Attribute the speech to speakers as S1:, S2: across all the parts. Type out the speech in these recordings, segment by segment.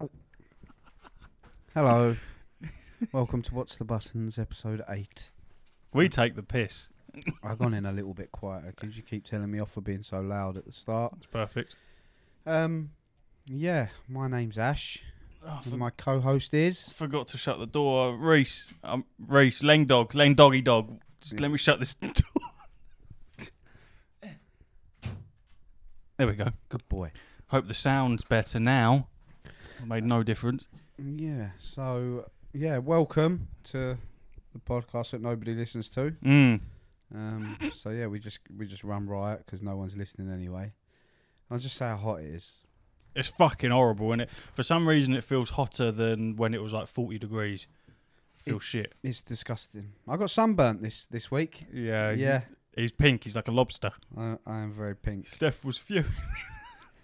S1: Hello. Welcome to Watch the Buttons, episode 8.
S2: We take the piss.
S1: I've gone in a little bit quieter because you keep telling me off for being so loud at the start.
S2: It's perfect.
S1: Um, yeah, my name's Ash.
S2: Oh,
S1: and
S2: for-
S1: my co host is.
S2: forgot to shut the door. Reese, um, Reese, Leng dog, Leng doggy dog. Just let me shut this door. there we go.
S1: Good boy.
S2: Hope the sound's better now. Made no difference.
S1: Yeah, so, yeah, welcome to the podcast that nobody listens to.
S2: Mm.
S1: Um, so, yeah, we just we just run riot because no one's listening anyway. I'll just say how hot it is.
S2: It's fucking horrible, is it? For some reason, it feels hotter than when it was like 40 degrees. Feels shit.
S1: It's disgusting. I got sunburnt this, this week.
S2: Yeah.
S1: yeah,
S2: He's pink. He's like a lobster.
S1: I, I am very pink.
S2: Steph was fuming.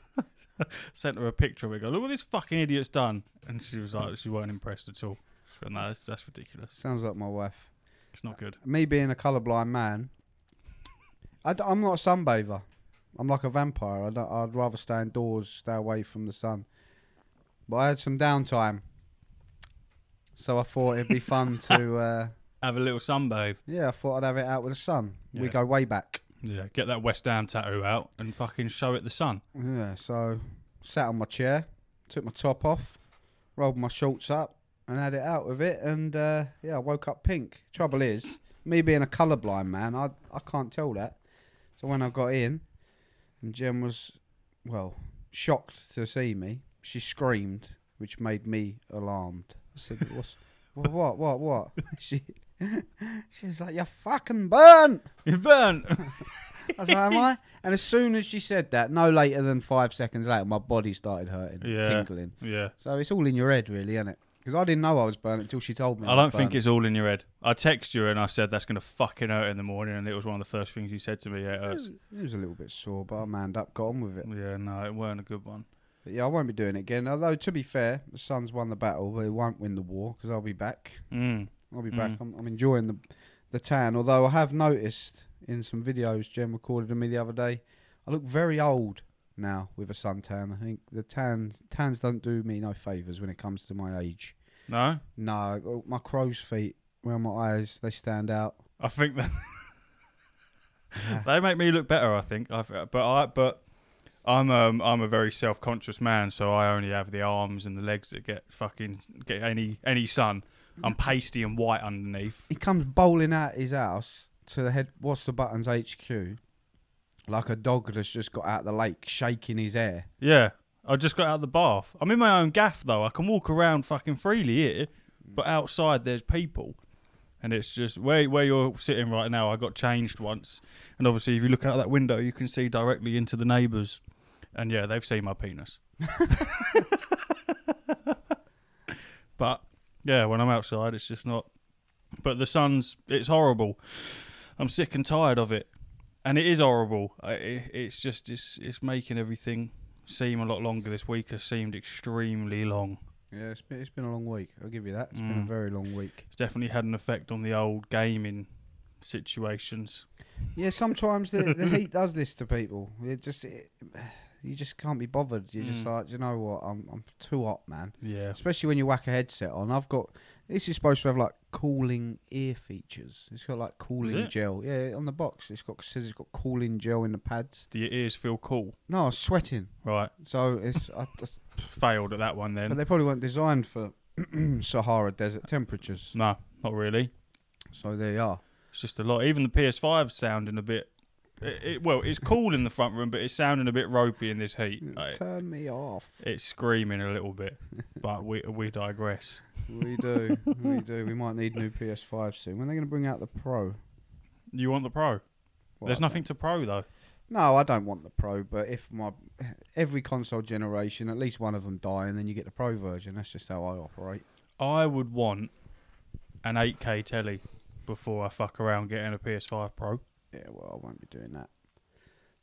S2: Sent her a picture of it. Go look what this fucking idiot's done, and she was like, she weren't impressed at all. She went, no, that's, that's ridiculous.
S1: Sounds like my wife.
S2: It's not good.
S1: me being a colourblind man, I am not a sunbather. I'm like a vampire. I don't, I'd rather stay indoors, stay away from the sun. But I had some downtime, so I thought it'd be fun to. Uh,
S2: Have a little sunbathe.
S1: yeah, I thought I'd have it out with the sun. We
S2: Yeah.
S1: go way back.
S2: Yeah, get that West Ham tattoo out and fucking show it the sun.
S1: Yeah, so sat on my chair, took my top off, rolled my shorts up, and had it out with it. And uh, yeah, I woke up pink. Trouble is, me being a colourblind man, I I can't tell that. So when I got in, and Jen was, well, shocked to see me. She screamed, which made me alarmed. I said, "What's what? What? What? what? she she was like, "You're fucking burnt."
S2: You burnt.
S1: I was like, am I? And as soon as she said that, no later than five seconds later, my body started hurting,
S2: Yeah.
S1: tingling.
S2: yeah,
S1: So it's all in your head, really, isn't it? Because I didn't know I was burnt until she told me.
S2: I don't think it's all in your head. I text you and I said that's gonna fucking hurt in the morning, and it was one of the first things you said to me. Yeah, it hurts.
S1: It was a little bit sore, but I manned up, got on with it.
S2: Yeah, no, it weren't a good one.
S1: But yeah, I won't be doing it again. Although, to be fair, the Suns won the battle, but it won't win the war because I'll be back.
S2: Mm.
S1: I'll be back.
S2: Mm.
S1: I'm, I'm enjoying the the tan. Although I have noticed in some videos Jen recorded of me the other day, I look very old now with a suntan. I think the tan tans don't do me no favors when it comes to my age.
S2: No,
S1: No, oh, my crow's feet around my eyes, they stand out.
S2: I think that they make me look better. I think, I've, uh, but I but I'm um I'm a very self conscious man, so I only have the arms and the legs that get fucking get any any sun. I'm pasty and white underneath.
S1: He comes bowling out his house to the head, what's the buttons HQ, like a dog that's just got out of the lake shaking his hair.
S2: Yeah, I just got out of the bath. I'm in my own gaff though. I can walk around fucking freely here, but outside there's people. And it's just where where you're sitting right now. I got changed once, and obviously, if you look out that window, you can see directly into the neighbours. And yeah, they've seen my penis. but yeah, when I'm outside, it's just not. But the sun's it's horrible. I'm sick and tired of it, and it is horrible. I, it, it's just it's it's making everything seem a lot longer. This week has seemed extremely long.
S1: Yeah, it's been, it's been a long week. I'll give you that. It's been a
S2: Mm.
S1: very long week.
S2: It's definitely had an effect on the old gaming situations.
S1: Yeah, sometimes the, the heat does this to people. It just, it, you just can't be bothered. You're just
S2: Mm.
S1: like, "Do you know what? I'm I'm too hot, man.
S2: Yeah,
S1: Especially when you whack a headset on. I've got this is supposed to have like cooling ear features. It's got like cooling
S2: it?
S1: gel. Yeah, on the box. It's got it says it's got cooling gel in the pads.
S2: do your ears feel cool?
S1: No, I was sweating.
S2: Right,
S1: So it's I just,
S2: failed at that one then.
S1: but they probably weren't designed for Sahara desert temperatures.
S2: No, not really.
S1: So there you are.
S2: It's just a lot. Even the PS5's sounding a bit. It, it, well, it's cool in the front room, but it's sounding a bit ropey in this heat. Like,
S1: Turn me off.
S2: it's screaming a little bit, but we we digress.
S1: we do. We do. We might need new PS5 soon. When are they going to bring out the Pro?
S2: You want the pro?
S1: Well,
S2: There's
S1: I don't-
S2: nothing to pro though.
S1: No, I don't want the Pro, but if my every console generation, at least one of them die, and then you get the Pro version. That's just how I operate.
S2: I would want an 8K telly before I fuck around getting a PS5 Pro.
S1: Yeah, well, I won't be doing that.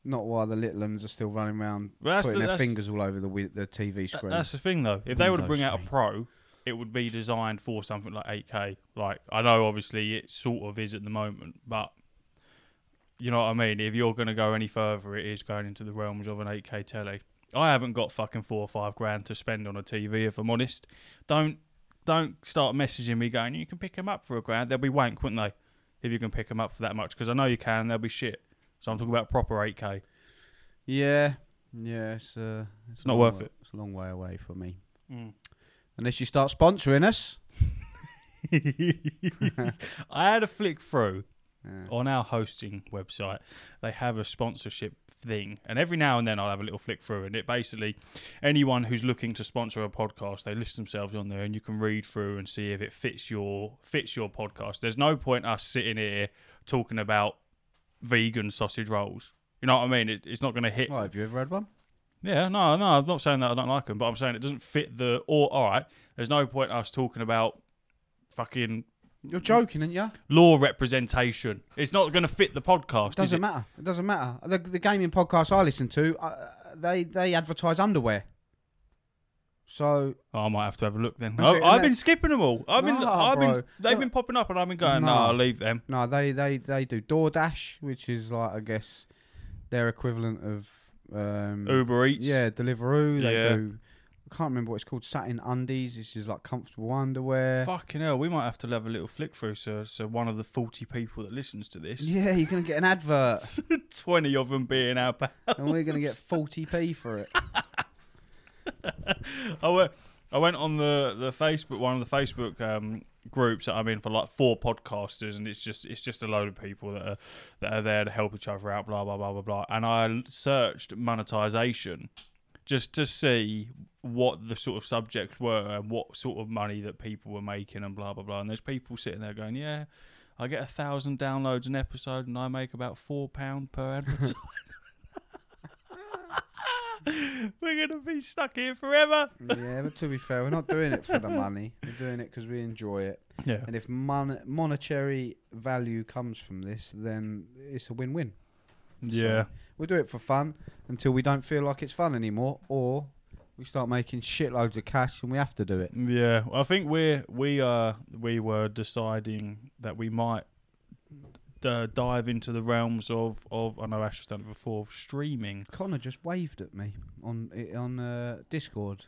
S1: Not while the little ones are still running around
S2: Well, that's
S1: putting
S2: the-
S1: their
S2: that's-
S1: fingers all over the wi- the TV
S2: Th-
S1: screen.
S2: That's the thing, though. If they were to
S1: Windows
S2: bring out a
S1: screen.
S2: Pro, it would be designed for something like 8K. Like I know, obviously, it sort of is at the moment, but you know what I mean. If you're going to go any further, it is going into the realms of an 8K telly. I haven't got fucking four or five grand to spend on a TV, if I'm honest. Don't don't start messaging me going, you can pick him up for a grand. They'll be wank, wouldn't they? If you can pick him up for that much, because I know you can, they'll be shit. So I'm talking about proper 8K.
S1: Yeah, yeah. It's uh,
S2: It's not
S1: a long
S2: worth
S1: way-
S2: it.
S1: It's a long way away for me.
S2: Mm.
S1: Unless you start sponsoring us.
S2: I had a flick through
S1: Yeah.
S2: on our hosting website. They have a sponsorship thing, and every now and then I'll have a little flick through, and it basically anyone who's looking to sponsor a podcast, they list themselves on there, and you can read through and see if it fits your fits your podcast. There's no point us sitting here talking about vegan sausage rolls. You know what I mean? It, it's not going to hit.
S1: Well, have you ever had one?
S2: Yeah, no, no, I'm not saying that I don't like them, but I'm saying it doesn't fit the. Or all right, there's no point us talking about fucking
S1: You're joking, aren't you?
S2: law representation. It's not going to fit the podcast. is
S1: Doesn't
S2: it?
S1: matter. It doesn't matter. The, the gaming podcast I listen to, uh, they they advertise underwear. So
S2: Oh, I might have to have a look then.
S1: That's
S2: I,
S1: it,
S2: I've
S1: innit?
S2: been skipping them all. I've been,
S1: Nah,
S2: I've
S1: bro.
S2: been, they've
S1: Look.
S2: been popping up, and I've been going. No,
S1: Nah.
S2: I'll leave them.
S1: no, they they they do DoorDash, which is like I guess their equivalent of um,
S2: Uber Eats.
S1: yeah Deliveroo. They
S2: Yeah.
S1: do. I can't remember what it's called. Satin undies. This is like comfortable underwear.
S2: Fucking hell, we might have to have a little flick through. So, so one of the forty people that listens to this,
S1: Yeah, you're gonna get an advert,
S2: twenty of them being our. pa-
S1: and we're gonna get forty p for it.
S2: I went, I went on the the Facebook one of the Facebook um, groups that I'm in for like four podcasters, and it's just it's just a load of people that are that are there to help each other out, blah blah blah blah blah. And I l- searched monetization just to see what the sort of subjects were and what sort of money that people were making and blah blah blah. And there's people sitting there going, yeah. I get a thousand downloads an episode, and I make about four pound per advertisement. We're gonna be stuck here forever.
S1: yeah, but to be fair, we're not doing it for the money. We're doing it because we enjoy it.
S2: Yeah,
S1: And if mon- monetary value comes from this, then it's a win-win.
S2: yeah.
S1: We'll do it for fun until we don't feel like it's fun anymore, or we start making shitloads of cash and we have to do it.
S2: Yeah, I think we're we are we were deciding that we might uh, dive into the realms of of I know Ash has done it before of streaming.
S1: Connor just waved at me on i- on uh, Discord.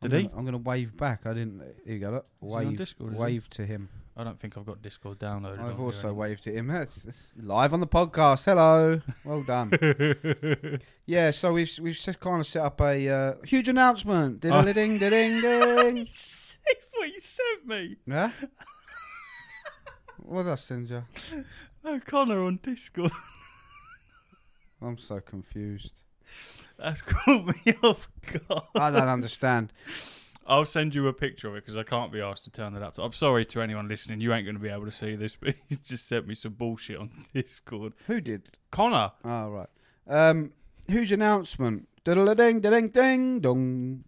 S1: I'm
S2: Did he?
S1: gonna- I'm gonna wave back. I didn't. Here you go. Look,
S2: he on
S1: wave.
S2: Discord, is he?
S1: wave to him.
S2: I don't think I've got Discord downloaded. on
S1: I've
S2: here
S1: also
S2: anymore.
S1: waved at him. It's, it's live on the podcast. Hello. Well done. yeah. So we've we've just kind of set up a uh, huge announcement.
S2: Oh.
S1: Diddle ding ding ding.
S2: See what you sent me.
S1: Yeah. What did I send you?
S2: Oh, Connor on Discord.
S1: I'm so confused.
S2: That's caught me off guard.
S1: I don't understand.
S2: I'll send you a picture of it because I can't be asked to turn the laptop. I'm sorry to anyone listening. You ain't going to be able to see this, but he's just sent me some bullshit on Discord.
S1: Who did?
S2: Connor,
S1: Oh right. Um, huge announcement. Diddle ding ding ding dong.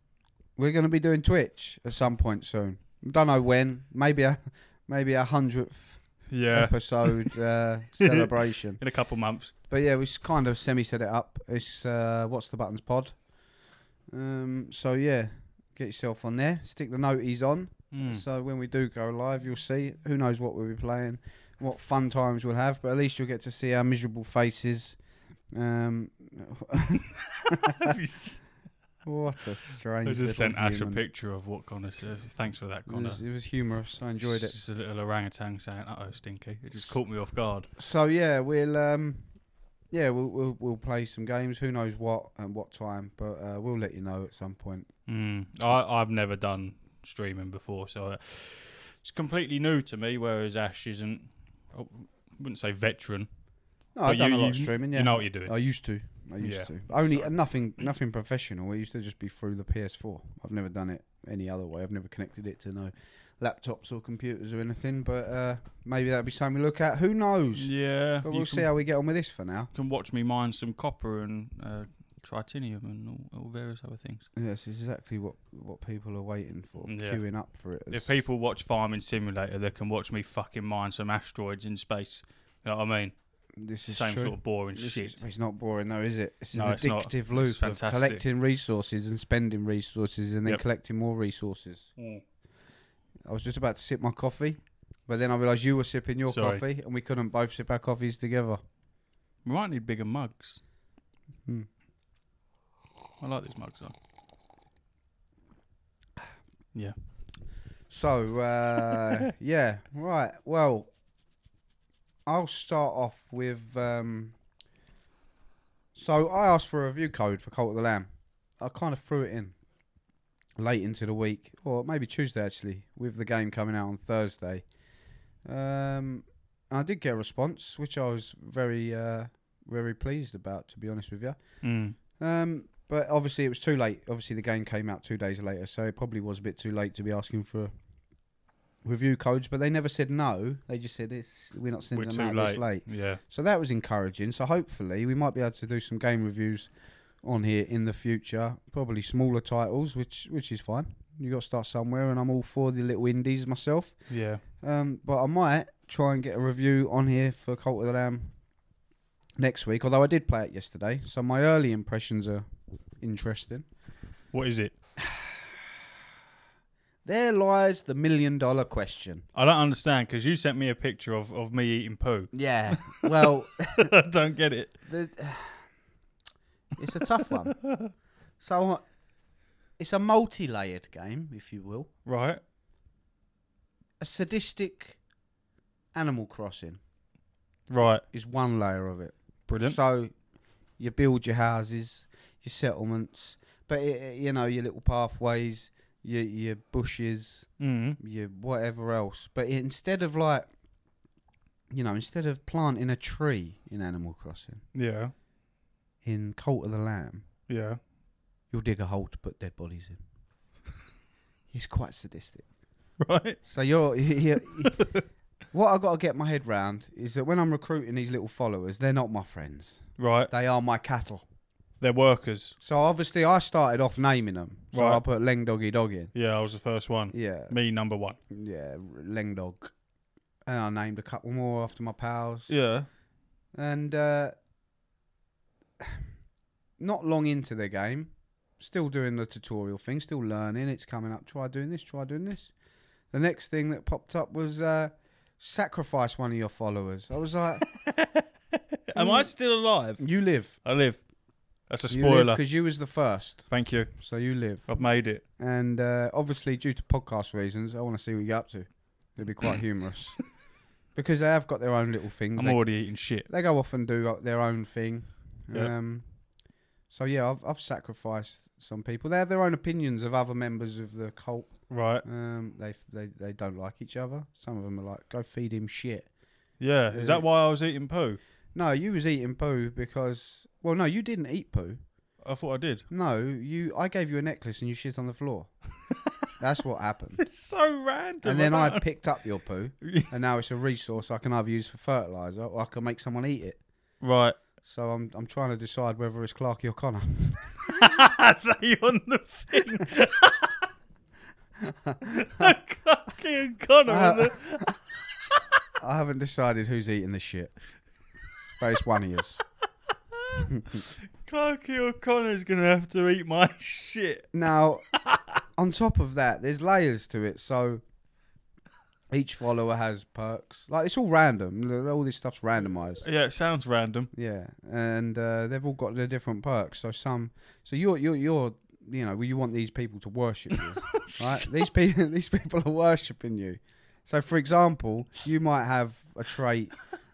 S1: We're going to be doing Twitch at some point soon. Don't know when. Maybe a maybe a hundredth
S2: yeah,
S1: episode uh, celebration.
S2: in a couple months.
S1: But yeah, we s- kind of semi set it up. It's uh, what's the buttons pod. Um, so yeah, get yourself on there. Stick the noties on.
S2: Mm.
S1: So when we do go live, you'll see. Who knows what we'll be playing, what fun times we'll have. But at least you'll get to see our miserable faces. Um, what a strange.
S2: I
S1: little
S2: just sent Ash a
S1: human.
S2: picture of what Connor says. Thanks for that,
S1: It
S2: Connor.
S1: was, it was humorous. I enjoyed
S2: It's
S1: it.
S2: Just a little orangutan saying, "Uh oh, stinky." It just caught me off guard.
S1: So yeah, we'll um, yeah, we'll, we'll we'll play some games. Who knows what and what time, but uh, we'll let you know at some point.
S2: Mm. I I've never done streaming before, so uh, it's completely new to me. Whereas Ash isn't, I wouldn't say veteran.
S1: No, Oh, I've
S2: But
S1: done
S2: you-
S1: a lot
S2: you-
S1: of streaming. Yeah, Oh,
S2: You know what you're doing.
S1: I used to. I used
S2: Yeah.
S1: to. Only
S2: So-
S1: nothing, nothing professional. It used to just be through the PS4. I've never done it any other way. I've never connected it to no laptops or computers or anything. But uh, maybe that'd be something we look at. Who knows?
S2: yeah,
S1: But
S2: you
S1: we'll
S2: can,
S1: see how we get on with this for now.
S2: can watch me mine some copper and uh, tritanium and all, all various other things.
S1: Yes, it's exactly what what people are waiting for,
S2: Yeah.
S1: queuing up for it.
S2: If people watch Farming Simulator, they can watch me fucking mine some asteroids in space. You know what I mean?
S1: this is
S2: Same
S1: true.
S2: sort of boring
S1: This
S2: shit.
S1: is- it's not boring though, is it? It's
S2: No,
S1: an
S2: it's not.
S1: addictive
S2: It's
S1: loop of
S2: fantastic.
S1: collecting resources and spending resources and then
S2: Yep.
S1: collecting more resources.
S2: Mm.
S1: I was just about to sip my coffee, but then I realised you were sipping your
S2: Sorry.
S1: coffee, and we couldn't both sip our coffees together.
S2: We might need bigger mugs.
S1: Hmm.
S2: I like these mugs though. Yeah.
S1: So uh, yeah, right. Well, I'll start off with. Um, so I asked for a review code for Cult of the Lamb. I kind of threw it in late into the week, or maybe Tuesday actually, with the game coming out on Thursday. Um, I did get a response, which I was very, uh, very pleased about, to be honest with you.
S2: Mm.
S1: Um, but obviously it was too late. Obviously the game came out two days later, so it probably was a bit too late to be asking for review codes. But they never said no. They just said it's we're not
S2: We're
S1: sending
S2: too
S1: them out
S2: late.
S1: this late.
S2: Yeah.
S1: So that was encouraging. So hopefully we might be able to do some game reviews on here in the future. Probably smaller titles, which which is fine. You got to start somewhere, and I'm all for the little indies myself.
S2: Yeah.
S1: Um, but I might try and get a review on here for Cult of the Lamb next week. Although I did play it yesterday, so my early impressions are interesting.
S2: What is it?
S1: There lies the million dollar question.
S2: I don't understand because you sent me a picture of, of me eating poo.
S1: Yeah. Well,
S2: I don't get it.
S1: the, it's a tough one. So uh, it's a multi-layered game, if you will.
S2: Right.
S1: A sadistic Animal Crossing
S2: Right.
S1: is one layer of it.
S2: Brilliant.
S1: So you build your houses, your settlements, but it, it- you know your little pathways, your your bushes,
S2: mm.
S1: your whatever else. But instead of like, you know, instead of planting a tree in Animal Crossing,
S2: Yeah.
S1: in Cult of the Lamb,
S2: Yeah.
S1: you'll dig a hole to put dead bodies in. He's quite sadistic.
S2: Right.
S1: So you're. you what I got to get my head round is that when I'm recruiting these little followers, they're not my friends.
S2: Right.
S1: They are my cattle.
S2: They're workers.
S1: So obviously, I started off naming them. So
S2: Right. Mm.
S1: I put Leng Doggy Dog in.
S2: Yeah, I was the first one.
S1: Yeah,
S2: Me number one.
S1: yeah, Leng Dog. And I named a couple more after my pals.
S2: Yeah.
S1: And uh, not long into the game, still doing the tutorial thing, still learning. It's coming up. Try doing this. Try doing this. The next thing that popped up was uh, sacrifice one of your followers. I was like,
S2: Am I still alive?
S1: you live.
S2: I live. That's a
S1: You
S2: spoiler.
S1: because you was the first,
S2: Thank you.
S1: so you live.
S2: I've made it.
S1: and uh, obviously due to podcast reasons, I want to see what you get up to. It'd be quite humorous because they have got their own little things.
S2: I'm
S1: They,
S2: already eating shit.
S1: they go off and do uh, their own thing.
S2: Yeah.
S1: Um, so yeah, I've, I've sacrificed some people. They have their own opinions of other members of the cult.
S2: Right.
S1: Um, they f- they they don't like each other. Some of them are like, "Go feed him shit."
S2: Yeah. Is that why I was eating poo?
S1: No, you was eating poo because well, no, you didn't eat poo.
S2: I thought I did.
S1: No, you. I gave you a necklace and you shit on the floor. That's what happened.
S2: It's so random.
S1: and then
S2: I
S1: I
S2: don't-
S1: picked up your poo, and now it's a resource I can either use for fertilizer or I can make someone eat it.
S2: right.
S1: So I'm I'm trying to decide whether it's Clarky or Connor.
S2: they on the thing. Fucking Connor on the
S1: I haven't decided who's eating the shit, but it's one of us.
S2: Clarky O'Connor's gonna have to eat my shit.
S1: Now, on top of that, there's layers to it. So each follower has perks. Like it's all random. All this stuff's randomized.
S2: Yeah, it sounds random.
S1: Yeah, and uh, they've all got their different perks. So some, so you're you're you're you know you want these people to worship you, right? These people these people are worshiping you. So for example, you might have a trait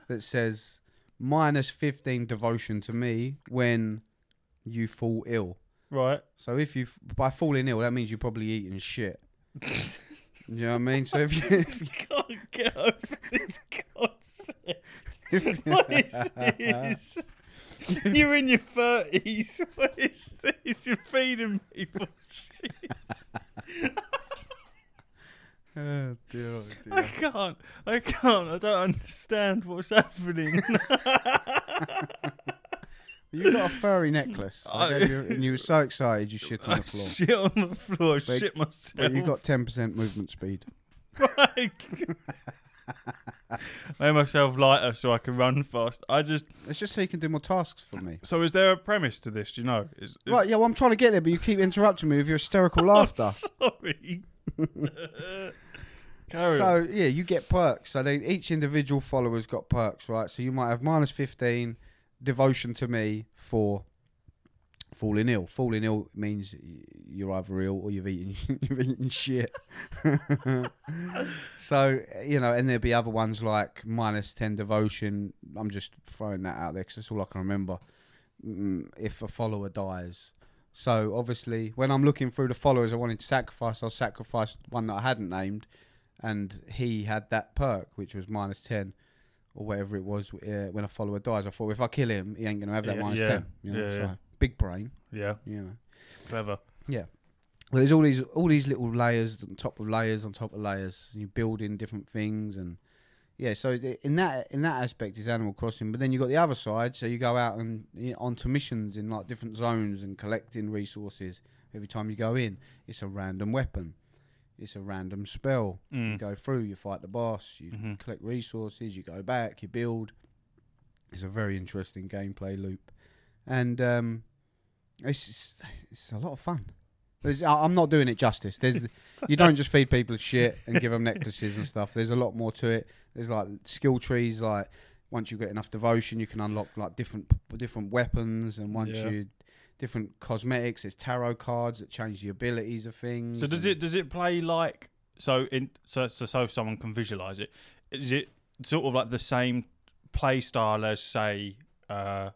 S1: that says minus fifteen devotion to me when you fall ill.
S2: Right.
S1: So if you by falling ill, that means you're probably eating shit. you know what I mean? So if you, if you
S2: Can't get over this concept.
S1: If-
S2: what is this? You're in your thirties. What is this? You're feeding people shit.
S1: oh dear, oh
S2: I
S1: dear.
S2: can't. I can't. I don't understand what's happening.
S1: you got a furry necklace, I
S2: I-
S1: gave you, and you were so excited you shit on
S2: I
S1: the floor.
S2: shit on the floor. shit myself.
S1: But you got ten percent movement speed.
S2: Like- Made myself lighter so I can run fast. I just.
S1: It's just so you can do more tasks for me.
S2: So is there a premise to this? Do you know? Is, is-
S1: Right, yeah, well, I'm trying to get there, but you keep interrupting me with your hysterical
S2: I'm
S1: laughter.
S2: Sorry. Carry on.
S1: So, yeah, you get perks. So, they, each individual follower's got perks, right? So, you might have minus 15 devotion to me for falling ill. Falling ill means y- you're either ill or you've eaten you've eaten shit. so you know, and there'll be other ones like minus ten devotion. I'm just throwing that out there because that's all I can remember. Mm, If a follower dies, so obviously when I'm looking through the followers I wanted to sacrifice, I sacrificed one that I hadn't named, and he had that perk which was minus ten. Or whatever it was uh, when a follower dies, I thought if I kill him, he ain't gonna have that
S2: Yeah,
S1: minus
S2: yeah,
S1: ten. You know,
S2: yeah,
S1: so
S2: yeah.
S1: big brain,
S2: Yeah,
S1: you know.
S2: clever.
S1: Well, there's all these all these little layers on top of layers on top of layers, and you build in different things, and yeah. So i- in that in that aspect is Animal Crossing, but then you have got the other side. So you go out and you know, onto missions in like different zones and collecting resources every time you go in. It's a random weapon, it's a random spell. You
S2: Mm.
S1: go through, you fight the boss, you
S2: Mhm.
S1: collect resources, you go back, you build. It's a very interesting gameplay loop, and um, it's just- it's a lot of fun. There's, I- I'm not doing it justice. There's you don't just feed people shit and give them necklaces and stuff. There's a lot more to it. There's like skill trees. Like once you get enough devotion, you can unlock like different different weapons, and once
S2: Yeah.
S1: you different cosmetics. There's tarot cards that change the abilities of things.
S2: So does
S1: and-
S2: it does it play like so in so so, so someone can visualize it? Is it sort of like the same play style as say uh,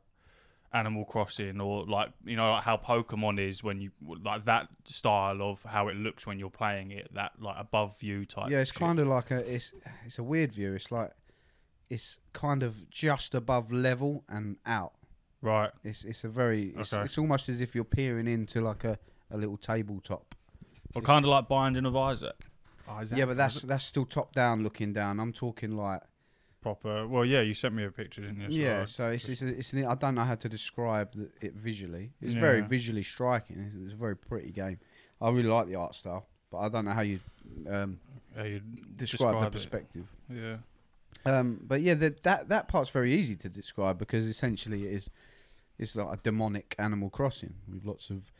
S2: Animal Crossing or like you know like how Pokemon is when you like that style of how it looks when you're playing it that like above view type.
S1: yeah, it's kind of like a it's it's a weird view. It's like it's kind of just above level and out.
S2: right.
S1: It's it's a very it's,
S2: Okay.
S1: it's almost as if you're peering into like a, a little tabletop.
S2: Or kind of like Binding of Isaac. Isaac.
S1: Yeah, but that's that's still top down looking down. I'm talking like
S2: proper. Well, yeah, you sent me a picture, didn't you? So
S1: yeah.
S2: I-
S1: So it's it's, it's an, I don't know how to describe the, it visually. It's
S2: Yeah.
S1: very visually striking. It's, it's a very pretty game. I really like the art style, but I don't know how you um,
S2: how you
S1: describe, the
S2: it.
S1: perspective.
S2: Yeah.
S1: Um, but yeah, the, that that part's very easy to describe because essentially it is it's like a demonic Animal Crossing with lots of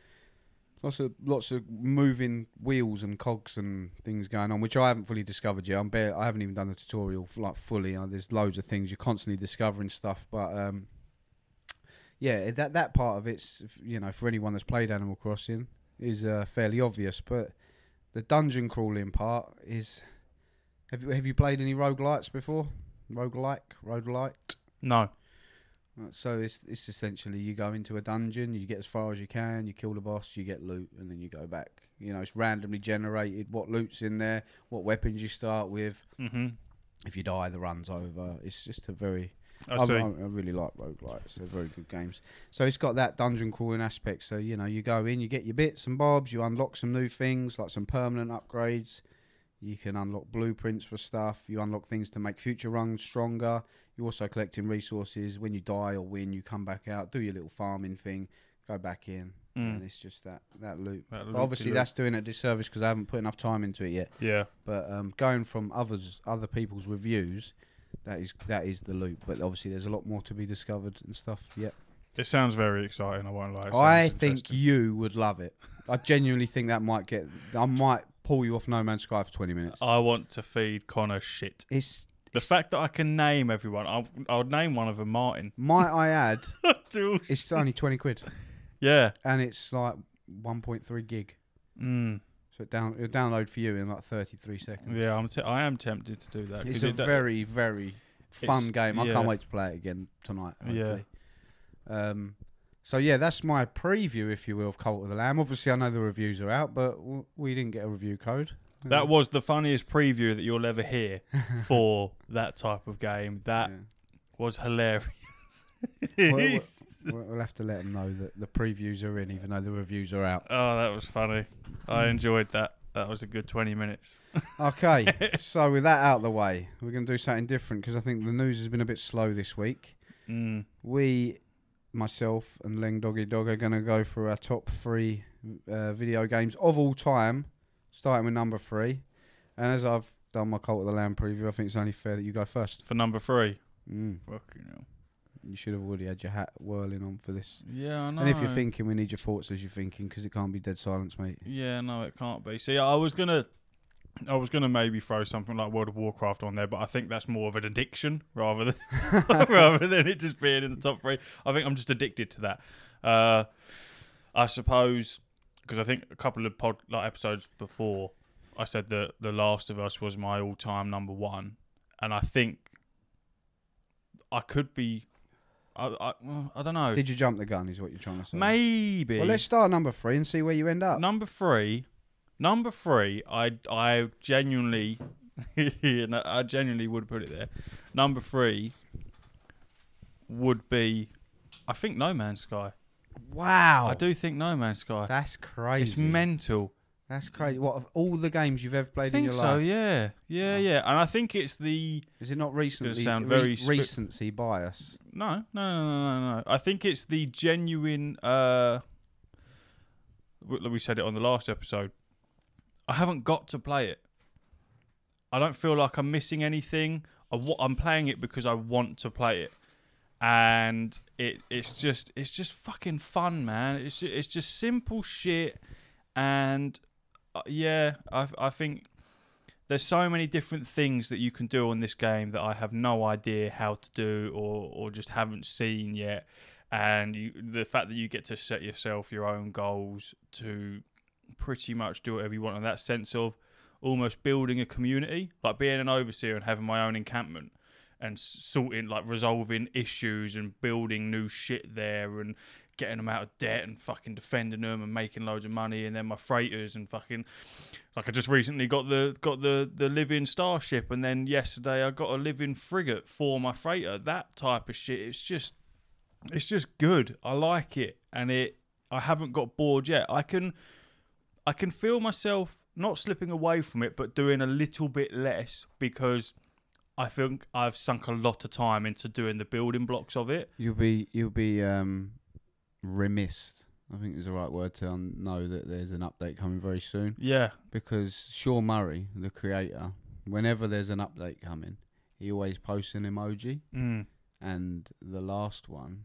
S1: lots of lots of moving wheels and cogs and things going on, which I haven't fully discovered yet. I'm bare, I haven't even done the tutorial f- like fully. Uh, there's loads of things you're constantly discovering stuff, but um, yeah, that that part of it's you know for anyone that's played Animal Crossing is uh, fairly obvious, but the dungeon crawling part is. Have you, have you played any roguelites before? Roguelike, roguelite.
S2: No.
S1: Right, So it's it's essentially you go into a dungeon, you get as far as you can, you kill the boss, you get loot, and then you go back. You know, it's randomly generated what loot's in there, what weapons you start with.
S2: Mm-hmm.
S1: If you die, the run's over. It's just a very
S2: I
S1: I,
S2: see.
S1: I, I really like roguelites. They're very good games. So it's got that dungeon crawling aspect. So, you know, you go in, you get your bits and bobs, you unlock some new things, like some permanent upgrades. You can unlock blueprints for stuff. You unlock things to make future runs stronger. You're also collecting resources. When you die or win, you come back out, do your little farming thing, go back in.
S2: Mm.
S1: And it's just that, that loop.
S2: That
S1: But obviously,
S2: loop-de-loop.
S1: that's doing a disservice because I haven't put enough time into it yet.
S2: yeah.
S1: But um, going from others, other people's reviews, that is that is the loop. But obviously, there's a lot more to be discovered and stuff. Yeah,
S2: It sounds very exciting. I won't lie. It
S1: I
S2: sounds
S1: think
S2: interesting.
S1: you would love it. I genuinely think that might get. I might pull you off No Man's Sky for 20 minutes.
S2: I want to feed Connor shit.
S1: it's
S2: The fact that I can name everyone, I'll, I'll name one of them Martin.
S1: might I add,
S2: Jules.
S1: it's only 20 quid,
S2: yeah.
S1: and it's like 1.3 gig.
S2: Mm.
S1: So it down it'll download for you in like 33 seconds.
S2: Yeah. I'm. T- I am tempted to do that.
S1: It's
S2: 'cause
S1: a
S2: it do-
S1: very, very fun
S2: It's-
S1: game. I
S2: yeah.
S1: can't wait to play it again tonight.
S2: Yeah.
S1: Hopefully. Um, so yeah, that's my preview, if you will, of Cult of the Lamb. Obviously, I know the reviews are out, but w- we didn't get a review code.
S2: That was the funniest preview that you'll ever hear for that type of game. That was hilarious.
S1: Yeah. We'll, we'll- we'll have to let them know that the previews are in, even though the reviews are out.
S2: Oh, that was funny. I
S1: Mm.
S2: enjoyed that. That was a good 20 minutes.
S1: Okay, so with that out of the way, we're going to do something different because I think the news has been a bit slow this week.
S2: Mm.
S1: We, myself and Leng Doggy Dog, are going to go through our top three uh, video games of all time, starting with number three. And as I've done my Cult of the Lamb preview, I think it's only fair that you go first.
S2: For number three.
S1: Mm,
S2: Fucking hell.
S1: you should have already had your hat whirling on for this.
S2: Yeah, I know.
S1: And if you're thinking, we need your thoughts as you're thinking because it can't be dead silence, mate.
S2: Yeah, no, it can't be. See, I was gonna, I was gonna maybe throw something like World of Warcraft on there, but I think that's more of an addiction rather than rather than it just being in the top three. I think I'm just addicted to that. Uh, I suppose because I think a couple of pod like episodes before, I said that The Last of Us was my all-time number one, and I think I could be, I I, well, I don't know,
S1: Did you jump the gun? Is what you're trying to say?
S2: maybe.
S1: Well, let's start number three and see where you end up.
S2: Number three, number three, I I genuinely, no, I genuinely would put it there. Number three would be, I think No Man's Sky.
S1: Wow,
S2: I do think No Man's Sky.
S1: That's Oh. crazy.
S2: It's mental.
S1: That's crazy. What of all the games you've ever
S2: I
S1: played in
S2: think
S1: your
S2: so.
S1: life? Oh.
S2: Yeah, yeah,
S1: Wow.
S2: yeah. And I think it's the
S1: Is it not recently?
S2: sound
S1: re-
S2: very spe-
S1: recency bias.
S2: no, no, no, no, no, no. I think it's the genuine. uh w- We said it on the last episode. I haven't got to play it. I don't feel like I'm missing anything. I wa- I'm playing it because I want to play it, and it it's just it's just fucking fun, man. It's ju- it's just simple shit, and uh, yeah, I I think there's so many different things that you can do on this game that I have no idea how to do or or just haven't seen yet. And you, the fact that you get to set yourself your own goals to pretty much do whatever you want, and that sense of almost building a community, like being an overseer and having my own encampment and s- sorting, like resolving issues and building new shit there and getting them out of debt and fucking defending them and making loads of money. And then my freighters and fucking, like I just recently got the got the the living starship, and then yesterday I got a living frigate for my freighter. That type of shit. It's just, it's just good. I like it, and it. I haven't got bored yet. I can. I can feel myself not slipping away from it, but doing a little bit less because I think I've sunk a lot of time into doing the building blocks of it.
S1: You'll be you'll be um, remiss. I think is the right word to un- know that there's an update coming very soon
S2: Yeah,
S1: because Sean Murray, the creator, whenever there's an update coming, he always posts an emoji.
S2: mm.
S1: and the last one,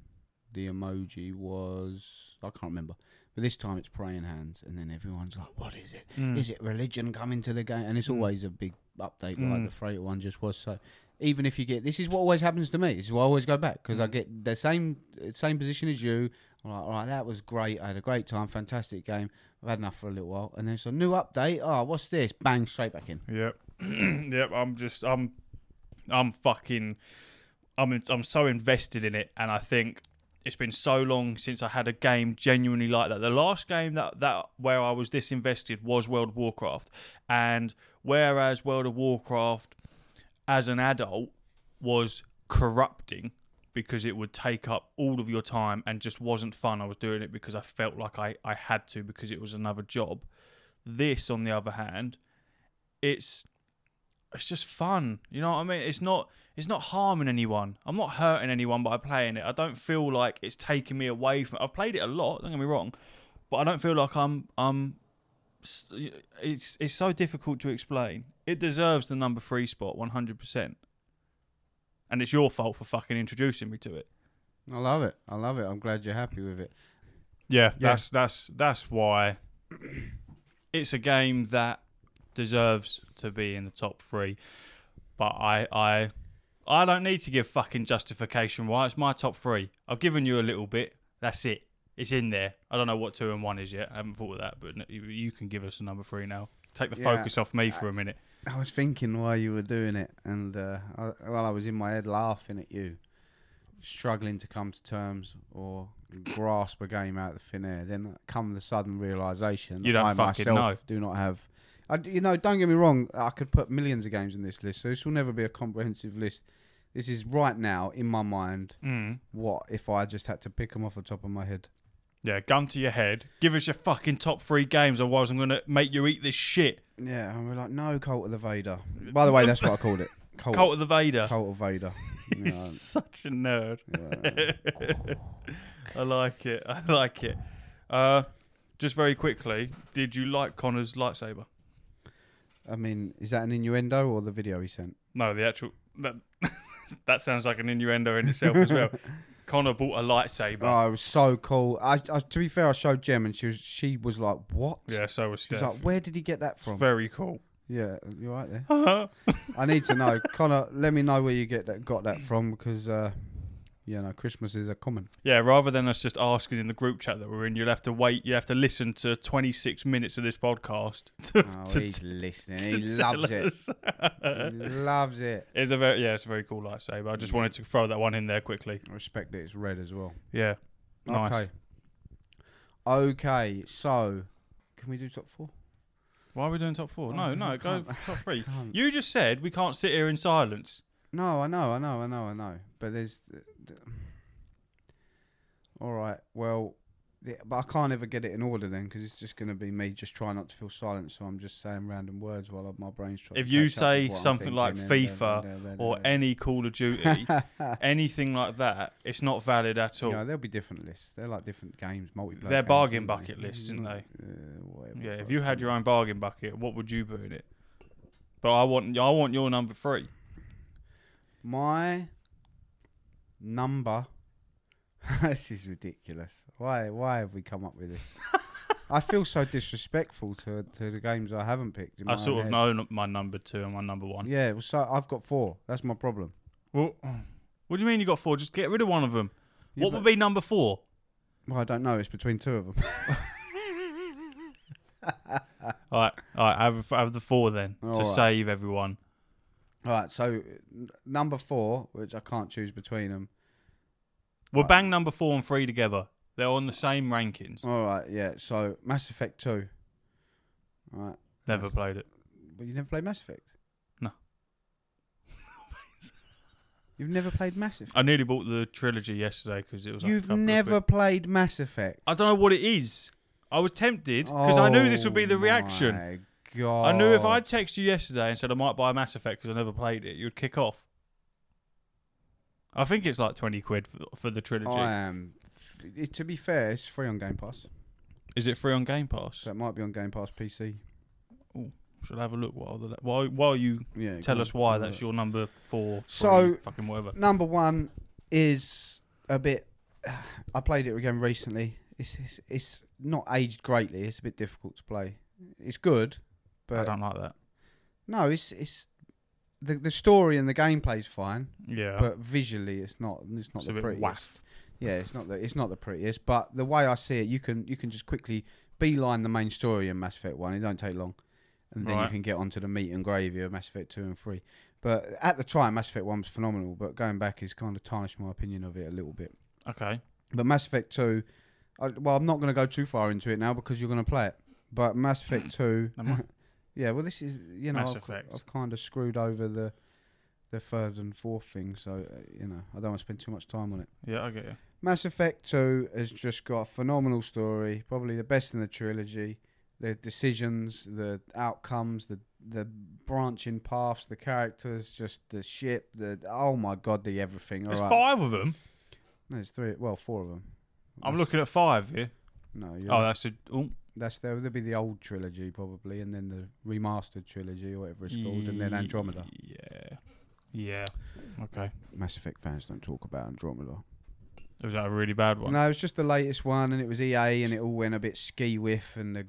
S1: the emoji was I can't remember, but this time it's praying hands, and then everyone's like, "What is it? Is
S2: Mm.
S1: it religion coming to the game?" And it's
S2: Mm.
S1: always a big update,
S2: Mm.
S1: like the freighter one just was. So even if you get this, is what always happens to me. This is why I always go back because I
S2: Mm.
S1: get the same same position as you. I'm like, all right, that was great. I had a great time, fantastic game. I've had enough for a little while, and then it's a new update. Oh, what's this? Bang, straight back in.
S2: Yep. yep. I'm just I'm I'm fucking I'm I'm so invested in it and I think it's been so long since I had a game genuinely like that. The last game that that where I was this invested was World of Warcraft. And whereas World of Warcraft as an adult was corrupting because it would take up all of your time and just wasn't fun. I was doing it because I felt like I, I had to because it was another job. This, on the other hand, it's it's just fun. You know what I mean? It's not it's not harming anyone. I'm not hurting anyone by playing it. I don't feel like it's taking me away from. I've played it a lot. Don't get me wrong, but I don't feel like I'm I'm. s- It's it's so difficult to explain. It deserves the number three spot, one hundred percent. And it's your fault for fucking introducing me to it.
S1: I love it. I love it. I'm glad you're happy with it.
S2: Yeah, that's that's that's why it's a game that deserves to be in the top three. But I I I don't need to give fucking justification why it's my top three. I've given you a little bit. That's it. It's in there. I don't know what two and one is yet. I haven't thought of that, but n- you- you can give us a number three now. Take the
S1: Yeah.
S2: focus off me for a minute.
S1: I was thinking while you were doing it, and uh, I, well, I was in my head laughing at you, struggling to come to terms or grasp a game out of the thin air. Then come the sudden realization
S2: You don't
S1: I
S2: fucking
S1: myself
S2: know.
S1: do not have. I d you know, don't get me wrong. I could put millions of games in this list, so this will never be a comprehensive list. This is right now in my mind.
S2: Mm.
S1: What if I just had to pick them off the top of my head?
S2: Yeah, gun to your head. Give us your fucking top three games, otherwise I'm gonna make you eat this shit.
S1: Yeah, and we're like, no, Cult of the Vader. By the way, that's what I called it. Cult,
S2: Oh. Cult of the Vader.
S1: Cult of Vader. You
S2: He's
S1: know,
S2: such a nerd.
S1: yeah.
S2: I like it. I like it. Uh, just very quickly, did you like Connor's lightsaber?
S1: I mean, is that an innuendo or the video he sent?
S2: No, the actual that that sounds like an innuendo in itself as well. Connor bought a lightsaber.
S1: Oh, it was so cool. I, I to be fair, I showed Jem and she was she was like, "What?"
S2: yeah, so was
S1: She was
S2: Steph.
S1: like, "Where did he get that
S2: It's
S1: from?"
S2: very cool.
S1: yeah, you're right there.
S2: yeah,
S1: I need to know, Connor. Let me know where you get that got that from because uh, you know, Christmases are common.
S2: Yeah, rather than us just asking in the group chat that we're in, you'll have to wait. You have to listen to 26 minutes of this podcast. To,
S1: Oh,
S2: to-
S1: he's listening.
S2: to
S1: He
S2: tell
S1: loves it.
S2: us.
S1: He loves it.
S2: it's a very yeah, it's a very cool lightsaber. I just wanted to throw that one in there quickly.
S1: I respect that it's red as well.
S2: Yeah, nice.
S1: Okay. Okay, so can we do top four?
S2: Why are we doing top four?
S1: Oh,
S2: No, no,
S1: I
S2: go
S1: can't-
S2: for top three.
S1: Can't-
S2: You just said we can't sit here in silence.
S1: No, I know, I know, I know, I know. But there's. All right. Well, the, but I can't ever get it in order then because it's just going to be me just trying not to feel silent. So I'm just saying random words while my brain's trying.
S2: If
S1: to
S2: you
S1: catch up with
S2: say
S1: what I'm
S2: something like
S1: thinking,
S2: FIFA Or any Call of Duty, anything like that, it's not valid at all.
S1: You know, there'll be different lists. They're like different games, multiplayer.
S2: They're
S1: games,
S2: bargain
S1: aren't
S2: bucket lists, aren't they?
S1: Uh, whatever
S2: yeah, if
S1: fuck.
S2: you had your own bargain bucket, what would you put in it? But I want I want your number three.
S1: My number. this is ridiculous. Why? Why have we come up with this? I feel so disrespectful to to the games I haven't picked. in my
S2: I
S1: own
S2: sort of
S1: head.
S2: know n- my number two and my number one.
S1: Yeah, well, so I've got four. That's my problem.
S2: Well, what do you mean you got four? Just get rid of one of them.
S1: Yeah,
S2: what
S1: but-
S2: would be number four?
S1: Well, I don't know. It's between two of them.
S2: All right, all right. I have, I have the four then
S1: All
S2: to
S1: right.
S2: save everyone.
S1: All right. So n- number four, which I can't choose between them.
S2: We'll
S1: Right.
S2: bang number four and three together. They're on the same rankings.
S1: All right. Yeah. So Mass Effect two. All right.
S2: Never
S1: Nice.
S2: played it.
S1: But you never played Mass Effect.
S2: No.
S1: You've never played Mass Effect.
S2: I nearly bought the trilogy yesterday because it was. like a
S1: You've
S2: couple of
S1: never
S2: quid.
S1: played Mass Effect.
S2: I don't know what it is. I was tempted because I knew this would be the
S1: Oh
S2: reaction.
S1: my God.
S2: I knew if I text you yesterday and said I might buy Mass Effect because I never played it, you'd kick off. I think it's like twenty quid for, for the trilogy.
S1: I am. It, to be fair, it's free on Game Pass,
S2: Is it free on Game Pass?
S1: so it might be on Game Pass PC.
S2: Should I have a look while the, while while you
S1: Yeah.
S2: tell
S1: go
S2: us
S1: on,
S2: why
S1: go on.
S2: that's your number four.
S1: So-
S2: three, fucking whatever.
S1: number one is a bit. I played it again recently. It's, it's it's not aged greatly. It's a bit difficult to play. It's good,
S2: I
S1: but
S2: don't like that.
S1: no, it's it's the the story and the gameplay's fine,
S2: Yeah,
S1: but visually it's not it's not
S2: it's a
S1: the
S2: bit
S1: prettiest.
S2: waff.
S1: Yeah, it's not the it's not the prettiest, but the way I see it, you can you can just quickly beeline the main story in Mass Effect One. It don't take long, and then
S2: Right.
S1: you can get onto the meat and gravy of Mass Effect Two and Three. But at the time, Mass Effect One was phenomenal, but going back is kind of tarnished my opinion of it a little bit.
S2: Okay,
S1: But Mass Effect Two, I, well, I'm not going to go too far into it now because you're going to play it. But Mass Effect Two,
S2: Am I?
S1: yeah, well, this is you know
S2: Mass
S1: I've,
S2: Effect.
S1: I've kind of screwed over the the third and fourth thing, so uh, you know I don't want to spend too much time on it.
S2: yeah, I get you.
S1: Mass Effect 2 has just got a phenomenal story, probably the best in the trilogy. The decisions, the outcomes, the the branching paths, the characters, just the ship, the oh my god, the everything. All
S2: There's
S1: right.
S2: five of them.
S1: No, it's three. Well, four of them.
S2: I'm looking at five here.
S1: No, you're,
S2: Oh,
S1: oh,
S2: that's a. Oh,
S1: that's there. There'll be the old trilogy probably, and then the remastered trilogy or whatever it's called, and then Andromeda.
S2: Yeah, yeah. Okay,
S1: Mass Effect fans don't talk about Andromeda.
S2: was that a really bad one?
S1: No, it was just the latest one, and it was EA, and it all went a bit ski whiff, and the,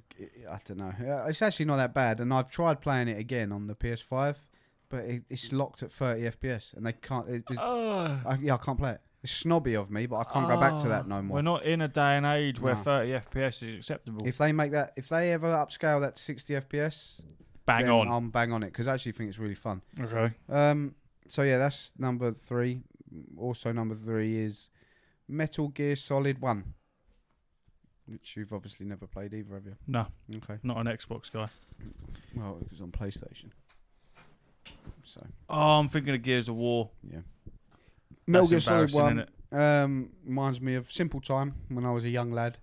S1: I don't know. Uh, It's actually not that bad, and I've tried playing it again on the PS5, but it, it's locked at 30 FPS, and they can't. It, it-
S2: Ugh.
S1: I, yeah, I can't play it. It's snobby of me, but I can't go back to that no
S2: Ah, We're
S1: more.
S2: not in a day and age where
S1: No.
S2: 30 FPS is acceptable.
S1: If they make that, if they ever upscale that to 60 FPS,
S2: Bang
S1: then
S2: on.
S1: I'm bang on it because I actually think it's really fun.
S2: okay.
S1: Um, so yeah, that's number three. Also, number three is Metal Gear Solid One, which you've obviously never played either, have you?
S2: No,
S1: Okay.
S2: not an Xbox guy.
S1: Well, it was on PlayStation. So
S2: Oh, I'm thinking of Gears of War.
S1: yeah. Metal
S2: That's
S1: Gear Solid
S2: embarrassing,
S1: One
S2: innit?
S1: um, reminds me of simple time when I was a young lad,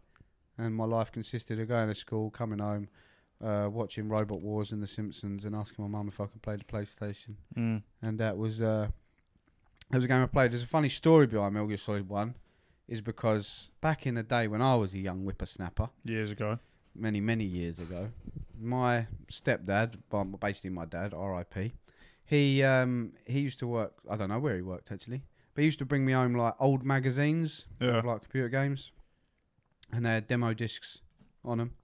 S1: and my life consisted of going to school, coming home, uh, watching Robot Wars and The Simpsons, and asking my mum if I could play the PlayStation.
S2: Mm.
S1: And that was uh, that was a game I played. There's a funny story behind Metal Gear Solid One, is because back in the day when I was a young whippersnapper,
S2: Years ago.
S1: many many years ago, my stepdad, well, basically my dad, R.I.P. He um he used to work. I don't know where he worked actually, but he used to bring me home like old magazines
S2: Yeah.
S1: of like computer games, and they had demo discs on them.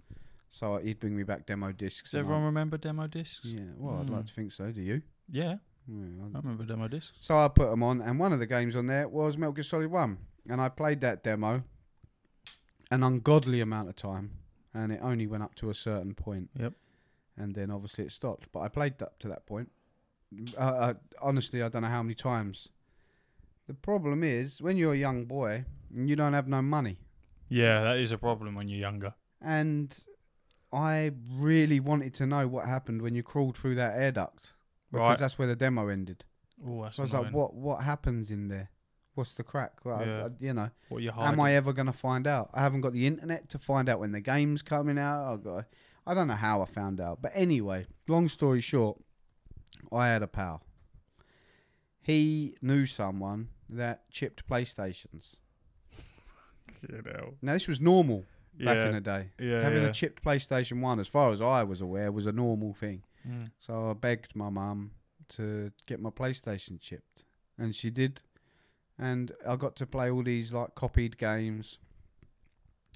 S1: So uh, he'd bring me back demo discs.
S2: Does
S1: and
S2: everyone remember demo discs?
S1: I- yeah, well, I'd
S2: Hmm.
S1: like to think so. Do you?
S2: Yeah.
S1: Yeah, I-
S2: I remember demo discs.
S1: So I put them on, and one of the games on there was Metal Gear Solid One, and I played that demo an ungodly amount of time, and it only went up to a certain point.
S2: Yep.
S1: And then obviously it stopped, but I played up to that point. Uh, uh, honestly, I don't know how many times. The problem is when you're a young boy and you don't have no money,
S2: Yeah, that is a problem when you're younger.
S1: and I really wanted to know what happened when you crawled through that air duct because
S2: Right.
S1: that's where the demo ended.
S2: Oh, that's
S1: So I was like,
S2: annoying.
S1: what what happens in there? What's the crack? Well, I-
S2: Yeah. Oh,
S1: I- you know,
S2: What you
S1: am
S2: hiding?
S1: I ever going to find out? I haven't got the internet to find out when the game's coming out. I've got, I don't know how I found out. But anyway, long story short, I had a pal. He knew someone that chipped PlayStations.
S2: Get out.
S1: Now, this was normal back
S2: yeah.
S1: in the day.
S2: yeah,
S1: Having
S2: yeah.
S1: a chipped PlayStation 1, as far as I was aware, was a normal thing.
S2: Mm.
S1: So I begged my mum to get my PlayStation chipped, and she did. And I got to play all these like copied games.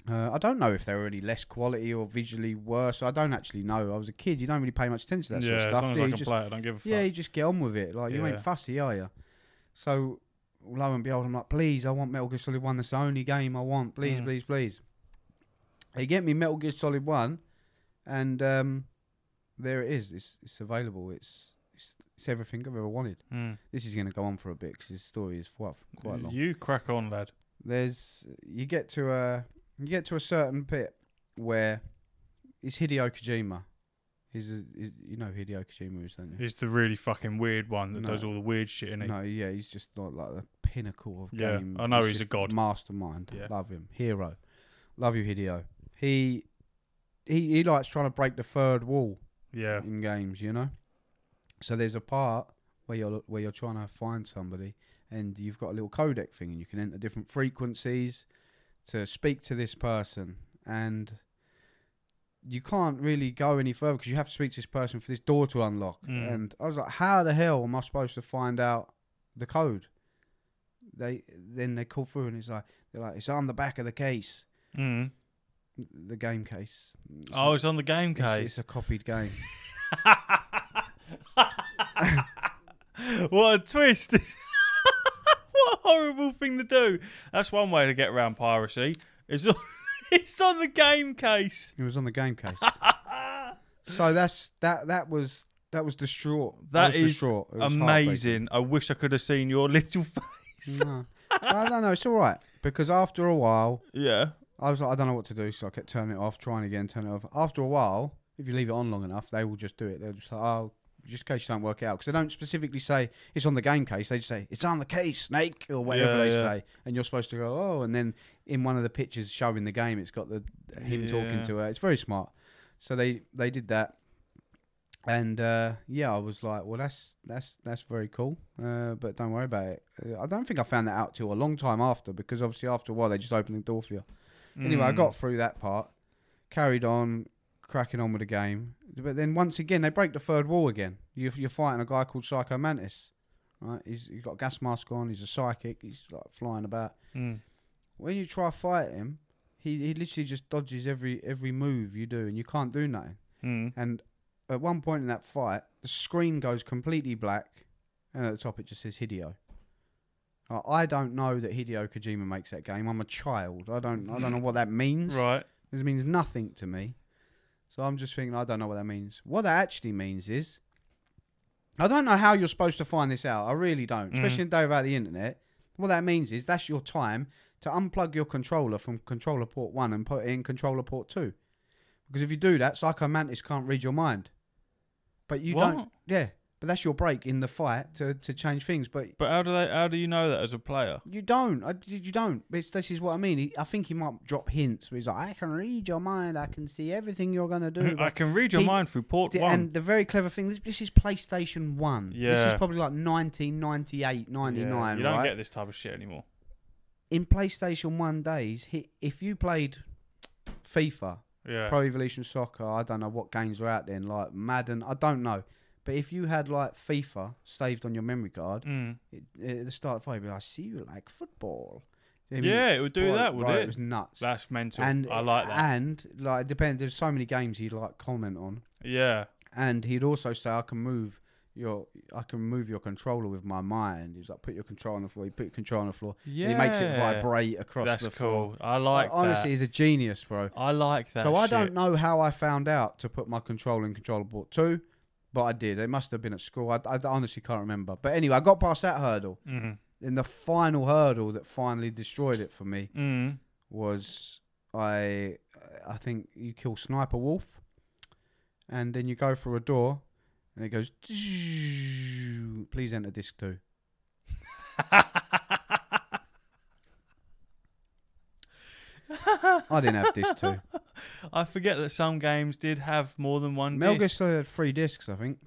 S1: Uh, I don't know if they were any less quality or visually worse. I don't actually know. I was a kid; you don't really pay much attention to that
S2: yeah,
S1: sort of
S2: as
S1: stuff.
S2: long as
S1: do
S2: I
S1: you?
S2: can
S1: Just-
S2: play it, I don't give a fuck.
S1: yeah, you just get on with it. Like you ain't
S2: Yeah.
S1: fussy, are you? So lo and behold, I'm like, please, I want Metal Gear Solid One. That's the only game I want. Please,
S2: Mm.
S1: please, please. They get me Metal Gear Solid One, and um, there it is. It's it's available. It's it's, it's everything I've ever wanted.
S2: Mm.
S1: This is going to go on for a bit because this story is quite quite long.
S2: You crack on, lad.
S1: There's you get to a you get to a certain bit where it's Hideo Kojima. He's, a, he's you know who Hideo Kojima is, don't you?
S2: He's the really fucking weird one that
S1: No.
S2: does all the weird shit, innit?
S1: No, yeah, he's just not like the pinnacle of
S2: Yeah,
S1: game.
S2: I know he's a
S1: just
S2: god.
S1: mastermind.
S2: Yeah.
S1: Love him, hero. Love you, Hideo. He he he likes trying to break the third wall
S2: Yeah.
S1: in games, you know. So there's a part where you're where you're trying to find somebody, and you've got a little codec thing, and you can enter different frequencies to speak to this person, and you can't really go any further because you have to speak to this person for this door to unlock.
S2: Mm.
S1: And I was like, how the hell am I supposed to find out the code? They then they call through, and it's like they're like, it's on the back of the case,
S2: Mm.
S1: the game case. It's
S2: Oh, it's on the game
S1: it's-
S2: case.
S1: it's a copied game.
S2: what a twist! what a horrible thing to do. That's one way to get around piracy. It's on, it's on the game case.
S1: It was on the game case. so that's that. That was that was distraught. I
S2: That
S1: was
S2: is
S1: distraught. It was
S2: Amazing. I wish I could have seen your little face.
S1: heartbreaking. No. no, no, no, it's all right because after a while,
S2: yeah.
S1: I was like, I don't know what to do, so I kept turning it off, trying again, turning it off. After a while, if you leave it on long enough, they will just do it. They'll just like, oh, just in case you don't work it out, because they don't specifically say it's on the game case. They just say it's on the case, snake, or whatever
S2: Yeah,
S1: they
S2: yeah.
S1: say, and you're supposed to go, oh, and then in one of the pictures showing the game, it's got the him talking
S2: Yeah.
S1: to her. It's very smart. So they they did that, and uh, yeah, I was like, well, that's that's that's very cool, uh, but don't worry about it. Uh, I don't think I found that out till a long time after, because obviously after a while they just open the door for you. Anyway, I
S2: Mm.
S1: got through that part, carried on, cracking on with the game. But then once again, they break the third wall again. You're, you're fighting a guy called Psycho Mantis. Right? He's, he's got a gas mask on. He's a psychic. He's like flying about.
S2: Mm.
S1: When you try to fight him, he, he literally just dodges every every move you do, and you can't do nothing.
S2: Mm.
S1: And at one point in that fight, the screen goes completely black, and at the top it just says Hideo. I- I don't know that Hideo Kojima makes that game. I'm a child. I don't. I don't know what that means.
S2: Right.
S1: It means nothing to me. So I'm just thinking, I don't know what that means. What that actually means is, I don't know how you're supposed to find this out. I really don't,
S2: Mhm.
S1: especially in the day without the internet. What that means is that's your time to unplug your controller from controller port one and put it in controller port two. Because if you do that, Psycho Mantis can't read your mind. But you don't.
S2: What?
S1: Yeah. But that's your break in the fight to, to change things. But
S2: But how do they? How do you know that as a player?
S1: you don't. I, you don't. It's, this is what I mean. He, I think he might drop hints. Where he's like, I can read your mind. I can see everything you're going to do.
S2: I
S1: But-
S2: can read your
S1: he-
S2: mind through port
S1: Th-
S2: one.
S1: And the very clever thing, this, this is PlayStation 1. This is
S2: Yeah.
S1: probably like 1998,
S2: Yeah,
S1: 99,
S2: you don't
S1: right?
S2: get this type of shit anymore.
S1: In PlayStation 1 days, hi- if you played FIFA,
S2: Yeah.
S1: Pro Evolution Soccer, I don't know what games are out then, like Madden, I don't know. But if you had like FIFA saved on your memory card,
S2: Mm.
S1: it, at the start of the fight, it'd be like, I see you like football. I mean,
S2: Yeah, it would do
S1: right-
S2: that, would
S1: right,
S2: it?
S1: It was nuts.
S2: That's mental.
S1: and
S2: I like that.
S1: And like, it depends. There's so many games he'd like comment on,
S2: yeah.
S1: and he'd also say, "I can move your I can move your controller with my mind. He's like, put your control on the floor. You put your control on the floor.
S2: Yeah.
S1: And he makes it vibrate across
S2: That's
S1: the floor.
S2: cool. I like
S1: Honestly, he's a genius, bro.
S2: that. I like that.
S1: so I don't
S2: shit.
S1: know how I found out to put my controller in controller port two, but I did. It must have been at school. I, I honestly can't remember. But anyway, I got past that hurdle.
S2: Mhm.
S1: Then the final hurdle that finally destroyed it for me
S2: Mm.
S1: was I I think you kill Sniper Wolf, and then you go through a door, and it goes. Please enter disc two. I didn't have disc two.
S2: I forget that some games did have more than one
S1: Mel
S2: disc.
S1: Gibson had three discs, I think.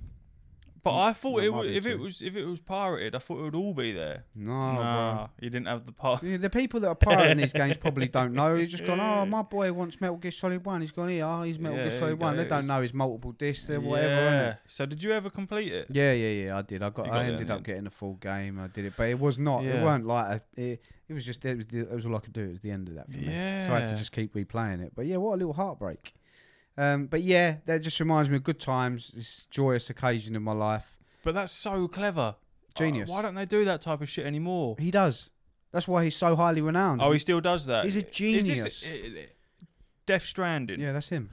S2: But I thought
S1: Well,
S2: it
S1: might
S2: was,
S1: be
S2: if it
S1: two. Oh,
S2: was if it was pirated, I thought it would all be there.
S1: No,
S2: nah, you didn't have the part.
S1: bro. Yeah, The people that are pirating these games probably don't know. They've just gone, oh, my boy wants Metal Gear Solid 1. He's gone here. Oh, he's Metal
S2: Yeah,
S1: Gear
S2: there
S1: Solid
S2: you go.
S1: 1. They
S2: It
S1: don't
S2: was-
S1: know his multiple discs. They're whatever.
S2: yeah.
S1: innit?
S2: So did you ever complete it?
S1: Yeah, yeah, yeah. I did. I got.
S2: You got
S1: I
S2: there in
S1: ended
S2: the
S1: up
S2: end.
S1: getting a full game. I did it, but it was not. It
S2: Yeah.
S1: weren't like a, it. It was just. It was. The, it was all I could do. It was the end of that for me. So I had to
S2: Yeah.
S1: just keep replaying it. But yeah, what a little heartbreak. Um, but yeah, that just reminds me of good times. This joyous occasion in my life.
S2: But that's so clever.
S1: Genius.
S2: Uh, why don't they do that type of shit anymore?
S1: He does. That's why he's so highly renowned.
S2: Oh, he still does that.
S1: He's a
S2: Is this-
S1: genius.
S2: uh, uh, Death Stranding.
S1: yeah, that's him.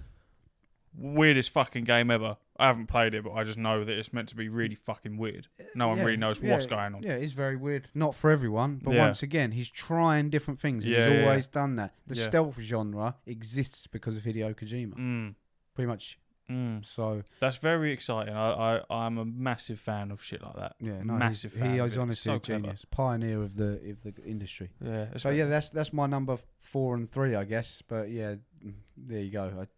S2: Weirdest fucking game ever. I haven't played it, but I just know that it's meant to be really fucking weird. No one
S1: Yeah,
S2: really knows
S1: yeah,
S2: what's going on.
S1: Yeah, it's very weird. Not for everyone, but
S2: Yeah.
S1: once again, he's trying different things. And
S2: Yeah,
S1: he's
S2: yeah,
S1: always done that. The
S2: Yeah.
S1: stealth genre exists because of Hideo Kojima,
S2: Mm,
S1: pretty much.
S2: mm.
S1: So
S2: That's very exciting. I, I I'm a massive fan of shit like that.
S1: yeah, no,
S2: massive
S1: He's,
S2: fan.
S1: he
S2: of
S1: is
S2: it.
S1: honestly
S2: so
S1: a
S2: clever.
S1: genius, pioneer of the of the industry.
S2: Yeah.
S1: So yeah, that's that's my number four and three, I guess. But yeah, mm, there you go. I,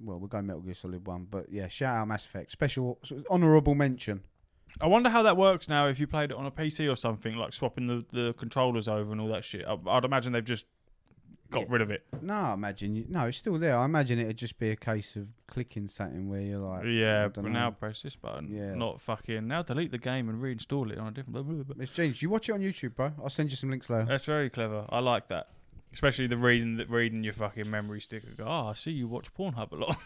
S1: well, we'll go Metal Gear Solid one, but yeah, shout out Mass Effect, special honorable mention.
S2: I wonder how that works now if you played it on a PC or something, like swapping the, the controllers over and all that shit. I, I'd imagine they've just got
S1: Yeah.
S2: rid of it.
S1: No, I imagine you, no, it's still there. I imagine it'd just be a case of clicking something where you're like, I
S2: yeah,
S1: don't
S2: but
S1: know.
S2: now press this button.
S1: Yeah.
S2: Not fucking. Now delete the game and reinstall it on a different. Blah, blah, blah.
S1: It's genius. You watch it on YouTube, bro. I'll send you some links later.
S2: That's very clever. I like that. Especially the reading that reading your fucking memory sticker. Go, oh, I see you watch Pornhub a lot.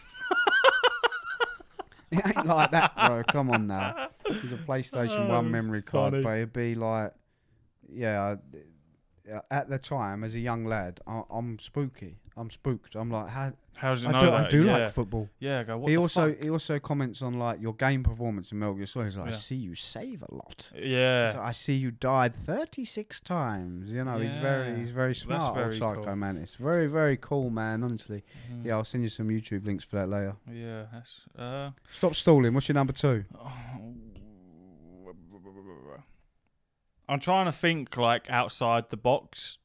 S1: it ain't like that, bro. Come on now. It's a PlayStation
S2: Oh,
S1: One
S2: that's
S1: memory card,
S2: funny.
S1: but it'd be like, yeah. I- At the time, as a young lad, I, I'm spooky. I'm spooked. I'm like, how,
S2: How does it
S1: I
S2: know
S1: do,
S2: that?
S1: I do
S2: yeah.
S1: like football.
S2: Yeah, I go. What
S1: he
S2: the
S1: also
S2: fuck?"
S1: he also comments on like your game performance in Metal Gear Solid. He's like, I
S2: Yeah.
S1: see you save a lot.
S2: Yeah.
S1: He's like, I see you died thirty six times. You know, he's very
S2: Yeah.
S1: he's very smart,
S2: very
S1: old psycho
S2: cool.
S1: man. It's very very cool, man. Honestly,
S2: Mm.
S1: yeah. I'll send you some YouTube links for that later.
S2: Yeah. That's. Uh,
S1: Stop stalling. What's your number two?
S2: I'm trying to think like outside the box,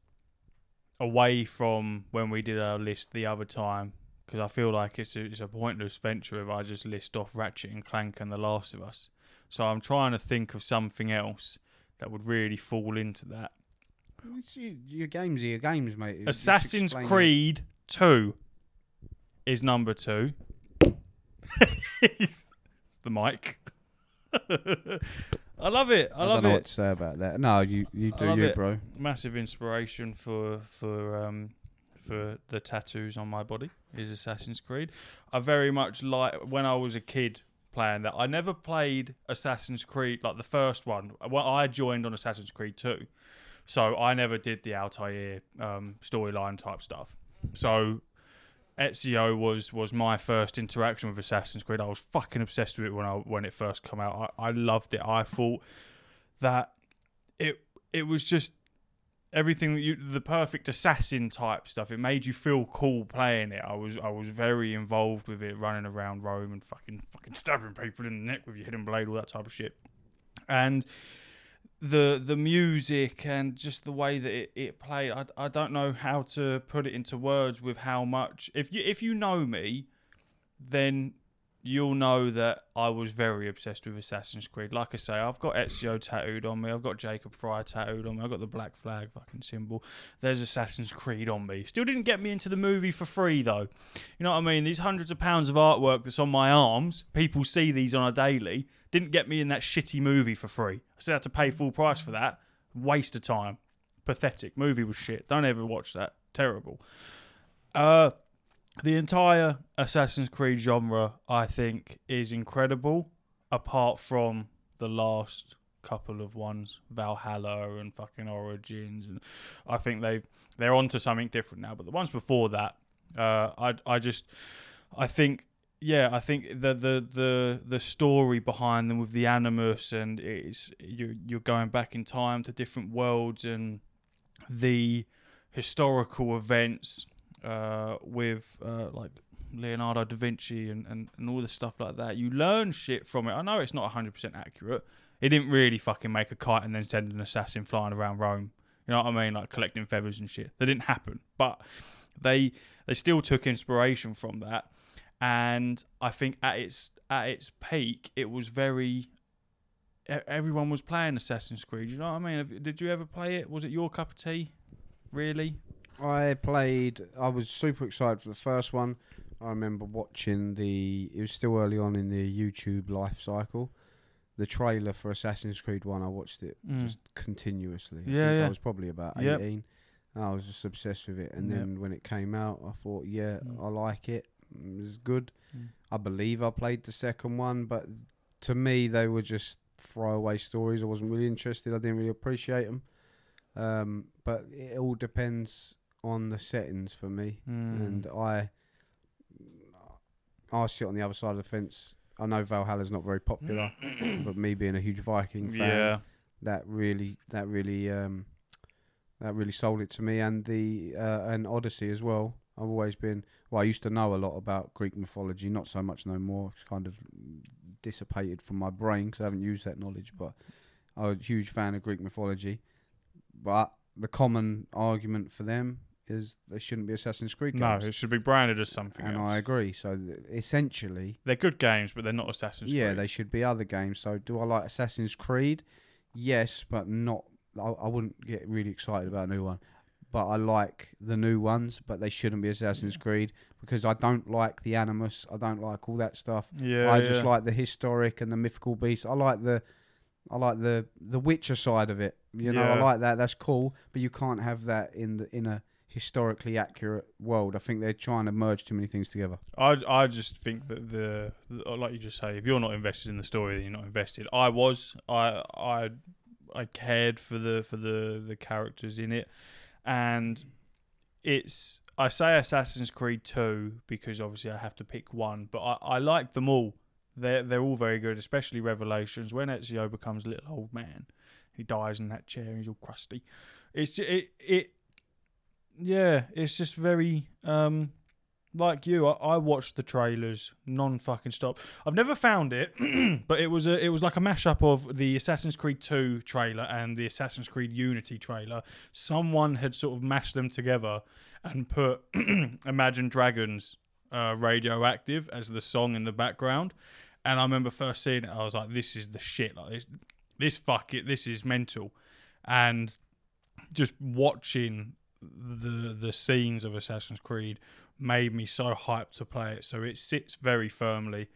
S2: away from when we did our list the other time, because I feel like it's a, it's a pointless venture if I just list off Ratchet and Clank and The Last of Us. So I'm trying to think of something else that would really fall into that.
S1: It's you, your games are your games, mate. You- you should
S2: Assassin's
S1: explain
S2: Creed Two is number two. it's the mic. I love it.
S1: it.
S2: I,
S1: don't
S2: love
S1: know
S2: it.
S1: what to say about that. No, you you
S2: I
S1: do
S2: love
S1: you,
S2: it.
S1: bro.
S2: Massive inspiration for for um for the tattoos on my body is Assassin's Creed. I very much like when I was a kid playing that. I never played Assassin's Creed like the first one. Well, I joined on Assassin's Creed two, so I never did the Altair um, storyline type stuff. So Ezio was was my first interaction with Assassin's Creed. I was fucking obsessed with it when I when it first came out. I, I loved it. I thought that it it was just everything that you the perfect assassin type stuff. It made you feel cool playing it. I was I was very involved with it, running around Rome and fucking fucking stabbing people in the neck with your hidden blade, all that type of shit. And the the music and just the way that it, it played, I, I don't know how to put it into words with how much. If you if you know me, then you'll know that I was very obsessed with Assassin's Creed. Like I say, I've got Ezio tattooed on me. I've got Jacob Fry tattooed on me. I've got the black flag fucking symbol. There's Assassin's Creed on me. Still didn't get me into the movie for free though. You know what I mean? These hundreds of pounds of artwork that's on my arms, people see these on a daily, didn't get me in that shitty movie for free. I still had to pay full price for that. Waste of time. Pathetic. Movie was shit. Don't ever watch that. Terrible. Uh the entire Assassin's Creed genre, I think, is incredible. apart from the last couple of ones, Valhalla and fucking Origins, and I think they they're onto something different now. But the ones before that, uh, I I just I think yeah, I think the the the the story behind them with the animus and it's you you're going back in time to different worlds and the historical events uh, with uh, like Leonardo da Vinci and, and, and all the stuff like that. You learn shit from it. I know it's not 100% accurate. It didn't really fucking make a kite and then send an assassin flying around Rome. You know what I mean? Like collecting feathers and shit. That didn't happen. But they they still took inspiration from that. And I think at its at its peak, it was very e- everyone was playing Assassin's Creed. You know what I mean? Have- Did you ever play it? Was it your cup of tea? Really?
S1: I played. I was super excited for the first one. I remember watching the. It was still early on in the YouTube life cycle. The trailer for Assassin's Creed One. I watched it
S2: Mm.
S1: just continuously. I,
S2: Yeah,
S1: think I
S2: yeah.
S1: was probably about
S2: Yep.
S1: eighteen. and I was just obsessed with it. And
S2: Yep.
S1: then when it came out, I thought, yeah,
S2: Mm.
S1: I like it. It was good.
S2: Mm.
S1: I believe I played the second one, but to me, they were just throwaway stories. I wasn't really interested. I didn't really appreciate them. Um, but it all depends on the settings for me.
S2: Hmm.
S1: And I, I sit on the other side of the fence. I know Valhalla's not very popular, but me being a huge Viking fan,
S2: yeah.
S1: that really, that really, um, that really sold it to me. And the uh, and Odyssey as well. I've always been well. I used to know a lot about Greek mythology, not so much no more. It's kind of dissipated from my brain because I haven't used that knowledge. But I'm a huge fan of Greek mythology. But the common argument for them is they shouldn't be Assassin's Creed
S2: No,
S1: games.
S2: it should be branded as something
S1: and
S2: else.
S1: I agree. So th- essentially,
S2: They're good games, but they're not Assassin's
S1: yeah,
S2: Creed.
S1: they should be other games. So, do I like Assassin's Creed? Yes, but not. I, I wouldn't get really excited about a new one. But I like the new ones, but they shouldn't be Assassin's Creed because I don't like the Animus. I don't like all that stuff.
S2: Yeah,
S1: I just
S2: yeah.
S1: like the historic and the mythical beasts. I like the. I like the the Witcher side of it. You know, I
S2: Yeah.
S1: like that. That's cool, but you can't have that in the in a historically accurate world. I think they're trying to merge too many things together.
S2: I I just think that the, the like you just say, if you're not invested in the story, then you're not invested. I was. I I I cared for the for the the characters in it, and it's. I say Assassin's Creed Two because obviously I have to pick one, but I, I like them all. They're they're all very good, especially Revelations. When Ezio becomes a little old man, he dies in that chair and he's all crusty. It's ju- it it yeah, it's just very um like you, I, I watched the trailers non fucking stop. I've never found it, but it was a it was like a mashup of the Assassin's Creed 2 trailer and the Assassin's Creed Unity trailer. Someone had sort of mashed them together and put Imagine Dragons uh, radioactive as the song in the background. And I remember first seeing it, I was like, this is the shit. Like this this fuck it, this is mental. And just watching the the scenes of Assassin's Creed made me so hyped to play it. So it sits very firmly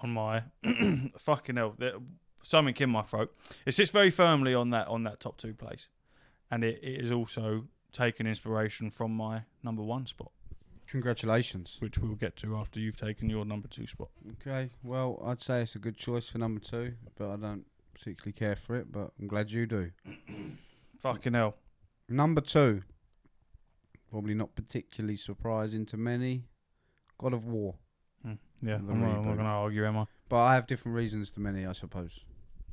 S2: on my fucking hell, there, something in my throat. It sits very firmly on that on that top two place, and it, it is also taken inspiration from my number one spot,
S1: Congratulations.
S2: which we'll get to after you've taken your number two spot.
S1: Okay, well, I'd say it's a good choice for number two, but I don't particularly care for it, but I'm glad you do.
S2: Fucking hell,
S1: Number two, probably not particularly surprising to many, God of War.
S2: yeah,
S1: The
S2: I'm not, I'm not
S1: reboot.
S2: gonna argue, am I?
S1: But I have different reasons to many, I suppose.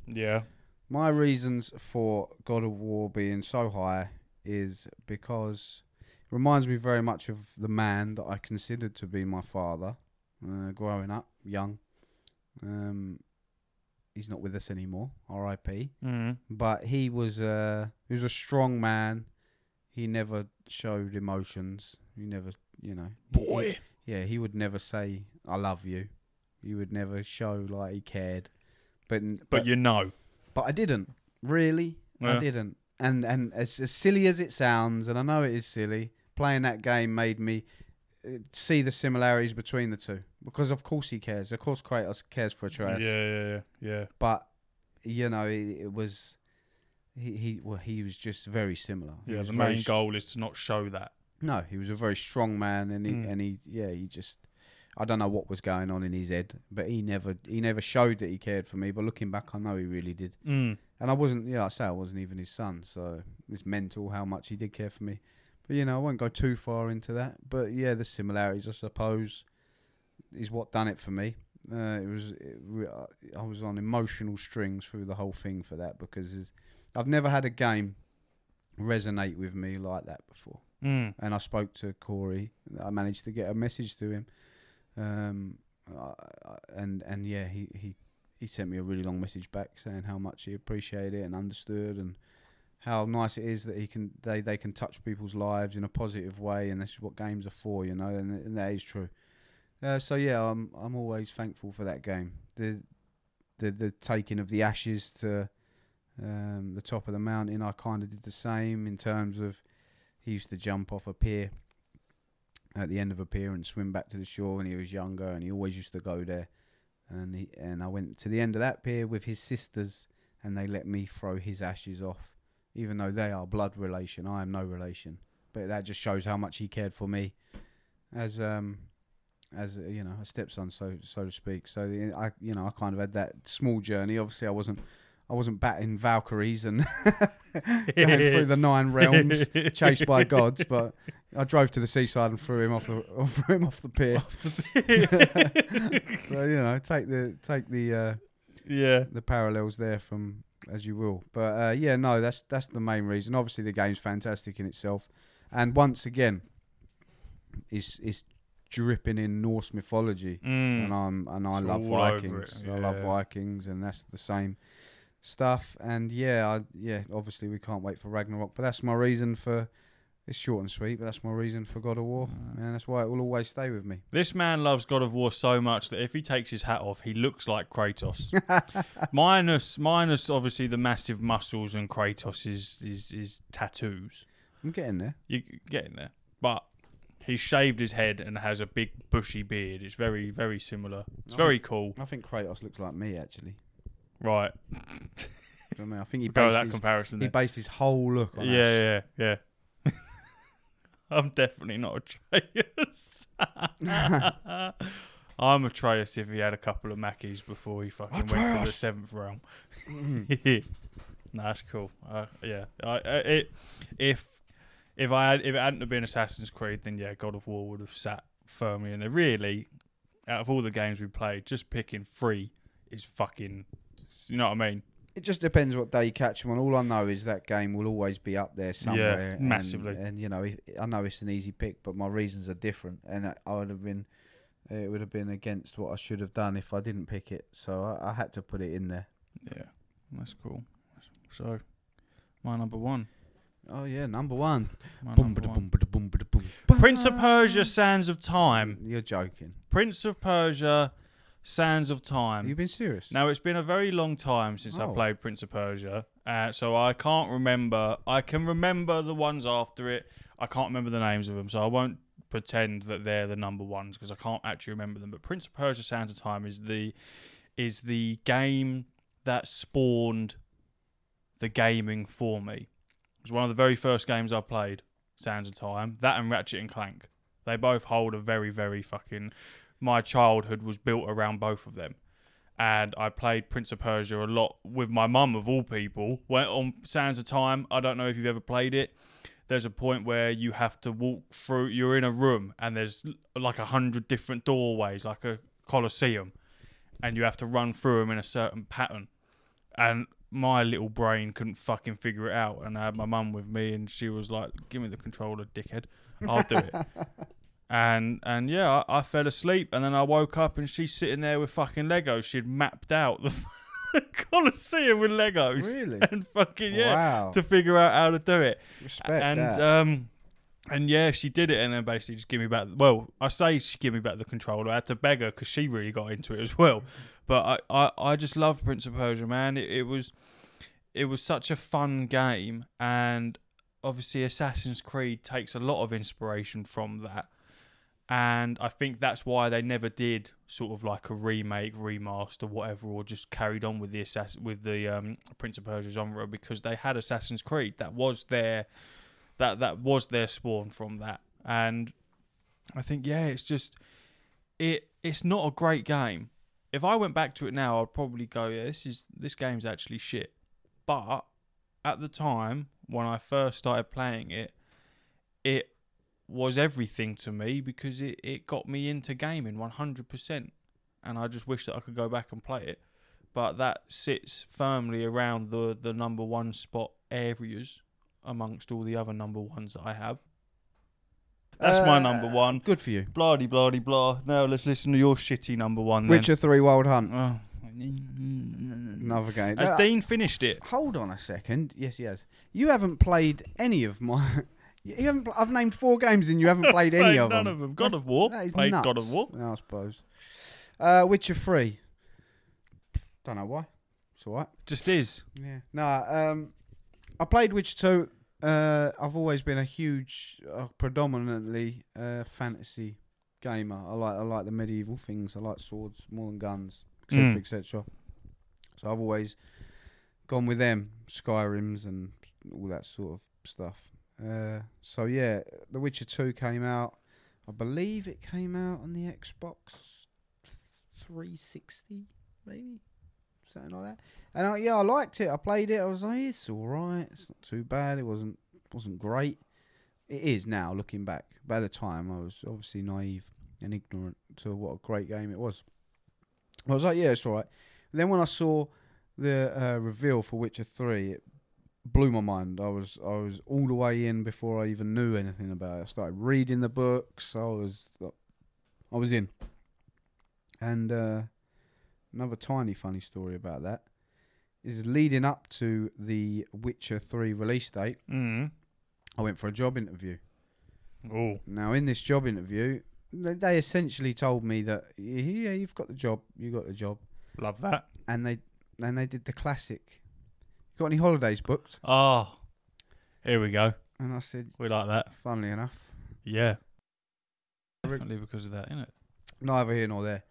S2: Yeah,
S1: My reasons for God of War being so high is because it reminds me very much of the man that I considered to be my father uh, growing up, young. Um, he's not with us anymore, R.I.P.
S2: mm.
S1: but he was a he was a strong man. He never showed emotions. He never, you know,
S2: boy.
S1: he- yeah, he would never say "I love you." He would never show like he cared. But but
S2: But
S1: but,
S2: you know,
S1: I didn't really. I
S2: Yeah.
S1: didn't. And and as, as silly as it sounds, and I know it is silly, playing that game made me uh, see the similarities between the two. Because of course he cares. Of course Kratos cares for
S2: yeah,
S1: Atreus
S2: yeah, yeah, yeah.
S1: but you know it, it was he, he well he was just very similar He
S2: yeah
S1: was
S2: the
S1: very
S2: main
S1: s-
S2: goal is to not show that.
S1: no he was a very strong man and he
S2: Mm.
S1: and he yeah he just I don't know what was going on in his head, but he never he never showed that he cared for me. But looking back, I know he really did.
S2: Mm.
S1: And I wasn't, yeah, I say I wasn't even his son, so it's mental how much he did care for me. But you know, I won't go too far into that. But yeah, the similarities, I suppose, is what done it for me. Uh, it was, it, re- I- I was on emotional strings through the whole thing for that because it's- I've never had a game resonate with me like that before
S2: Mm.
S1: and I spoke to Corey. I managed to get a message to him, um, I, I- and and yeah, he, he he sent me a really long message back saying how much he appreciated it and understood, and how nice it is that he can they they can touch people's lives in a positive way, and this is what games are for, you know, and, and that is true. Uh, so yeah, I'm I'm always thankful for that game. The the the taking of the ashes to um, the top of the mountain, I kind of did the same in terms of he used to jump off a pier at the end of a pier and swim back to the shore when he was younger, and he always used to go there. And he and I went to the end of that pier with his sisters, and they let me throw his ashes off, even though they are blood relation. I am no relation, but that just shows how much he cared for me, as um, as uh, you know, a stepson, so so to speak. So the, I, you know, I kind of had that small journey. Obviously, I wasn't. I wasn't batting Valkyries and going through the nine realms chased by gods, but I drove to the seaside and threw him off the threw him off the pier. so you know, take the take the uh,
S2: yeah.
S1: the parallels there from as you will. But uh, yeah, no, that's that's the main reason. Obviously, the game's fantastic in itself, and once again, it's it's dripping in Norse mythology, and
S2: Mm.
S1: I'm and I
S2: It's
S1: love
S2: all over it,
S1: Vikings. I love
S2: yeah.
S1: Vikings, and that's the same stuff. And yeah, I, yeah, obviously we can't wait for Ragnarok, but that's my reason for. It's short and sweet, but that's my reason for God of War, and that's why it will always stay with me.
S2: This man loves God of War so much that if he takes his hat off, he looks like Kratos. minus, minus, obviously the massive muscles and Kratos' his, his tattoos.
S1: I'm getting there.
S2: You get in there, but he shaved his head and has a big bushy beard. It's very, very similar. It's very cool.
S1: I think Kratos looks like me actually.
S2: Right,
S1: Do you know what I mean? I think he
S2: we'll go with
S1: based
S2: that
S1: his,
S2: comparison.
S1: he
S2: There.
S1: based his whole look on
S2: Yeah,
S1: us.
S2: yeah, yeah. I'm definitely not Atreus. I'm Atreus if he had a couple of Mackies before he fucking went to the
S1: Atreus. Mm.
S2: seventh realm. nah, that's cool. Uh, yeah, I, I, it, if if I had, if it hadn't have been Assassin's Creed, then yeah, God of War would have sat firmly in there. Really, out of all the games we played, just picking three is fucking. You know what I mean?
S1: It just depends what day you catch him on. All I know is that game will always be up there somewhere. and-
S2: massively.
S1: And, you know, if- I know it's an easy pick, but my reasons are different, and I- I would have been, it would have been against what I should have done if I didn't pick it. So I, I had to put it in there.
S2: Yeah, that's cool. So, my number one.
S1: Oh yeah, number one.
S2: My
S1: Boom,
S2: number
S1: ba-da,
S2: one.
S1: boom, ba-da, boom, ba-da, boom.
S2: Prince of Persia, Sands of Time.
S1: You're joking.
S2: Prince of Persia, Sands of Time.
S1: Have you been serious?
S2: Now it's been a very long time since I
S1: Oh.
S2: played Prince of Persia, uh, so I can't remember. I can remember the ones after it. I can't remember the names of them, so I won't pretend that they're the number ones because I can't actually remember them. But Prince of Persia: Sands of Time is the is the game that spawned the gaming for me. It was one of the very first games I played. Sands of Time, that and Ratchet and Clank. They both hold a very very fucking. My childhood was built around both of them and I played Prince of Persia a lot with my mum of all people. Went on Sands of Time. I don't know if you've ever played it. There's a point where you have to walk through. You're in a room and there's l- like a hundred different doorways, like a coliseum, and you have to run through them in a certain pattern. And my little brain couldn't fucking figure it out. And I had my mum with me, and she was like, "Give me the controller, dickhead. I'll do it." and and yeah, I, I fell asleep, and then I woke up, and she's sitting there with fucking Legos. She'd mapped out the, the Colosseum with Legos,
S1: Really?
S2: and fucking yeah,
S1: Wow.
S2: to figure out how to do it.
S1: Respect
S2: and
S1: that.
S2: um, and yeah, she did it, and then basically just give me back. Well, I say she gave me back the controller. I had to beg her because she really got into it as well. But I, I, I just loved Prince of Persia, man. It, it was, it was such a fun game, and obviously Assassin's Creed takes a lot of inspiration from that. And I think that's why they never did sort of like a remake, remaster, whatever, or just carried on with the Assass- with the um, Prince of Persia genre because they had Assassin's Creed. That was their that that was their spawn from that. And I think yeah, it's just it it's not a great game. If I went back to it now, I'd probably go, yeah, this is this game's actually shit. But at the time when I first started playing it, it was everything to me because it, it got me into gaming 100%. And I just wish that I could go back and play it. But that sits firmly around the, the number one spot areas amongst all the other number ones that I have. That's my number
S1: Uh,
S2: one.
S1: Good for you.
S2: Blah de blah de blah. Now let's listen to your shitty number one.
S1: Witcher Three Wild Hunt.
S2: Then. Oh. Mm.
S1: Another game.
S2: Has
S1: No,
S2: Dean finished it?
S1: Hold on a second. Yes, he has. You haven't played any of my. You haven't. pl- I've named four games and you haven't played any
S2: Played
S1: of
S2: none
S1: them.
S2: of them. God of War.
S1: That is
S2: Played
S1: nuts,
S2: God of War.
S1: I suppose. Uh, Witcher Three. Don't know why. It's all right.
S2: Just is.
S1: Yeah. No, um, I played Witcher 2. Uh, I've always been a huge, uh, predominantly uh, fantasy gamer. I like I like the medieval things. I like swords more than guns, etc.,
S2: Mm.
S1: etc. So I've always gone with them, Skyrim's and all that sort of stuff. Uh, so yeah, The Witcher 2 came out. I believe it came out on the Xbox 360, maybe something like that. And I, yeah, I liked it. I played it. I was like, it's all right. It's not too bad. It wasn't wasn't great. It is now looking back. But at the time, I was obviously naive and ignorant to what a great game it was. I was like, yeah, it's all right. And then when I saw the uh, reveal for Witcher Three, it blew my mind. I was I was all the way in before I even knew anything about it. I started reading the books. I was I was in. And uh, another tiny funny story about that is leading up to the Witcher 3 release date,
S2: Mm.
S1: I went for a job interview.
S2: Oh.
S1: Now, in this job interview, they- they essentially told me that, yeah, you've got the job, you got the job.
S2: Love that.
S1: And they and they did the classic, got any holidays booked?
S2: Oh. Here we go.
S1: And I said,
S2: We like that.
S1: funnily enough,
S2: Yeah.
S1: Re-
S2: Definitely because of that, innit?
S1: neither here nor there.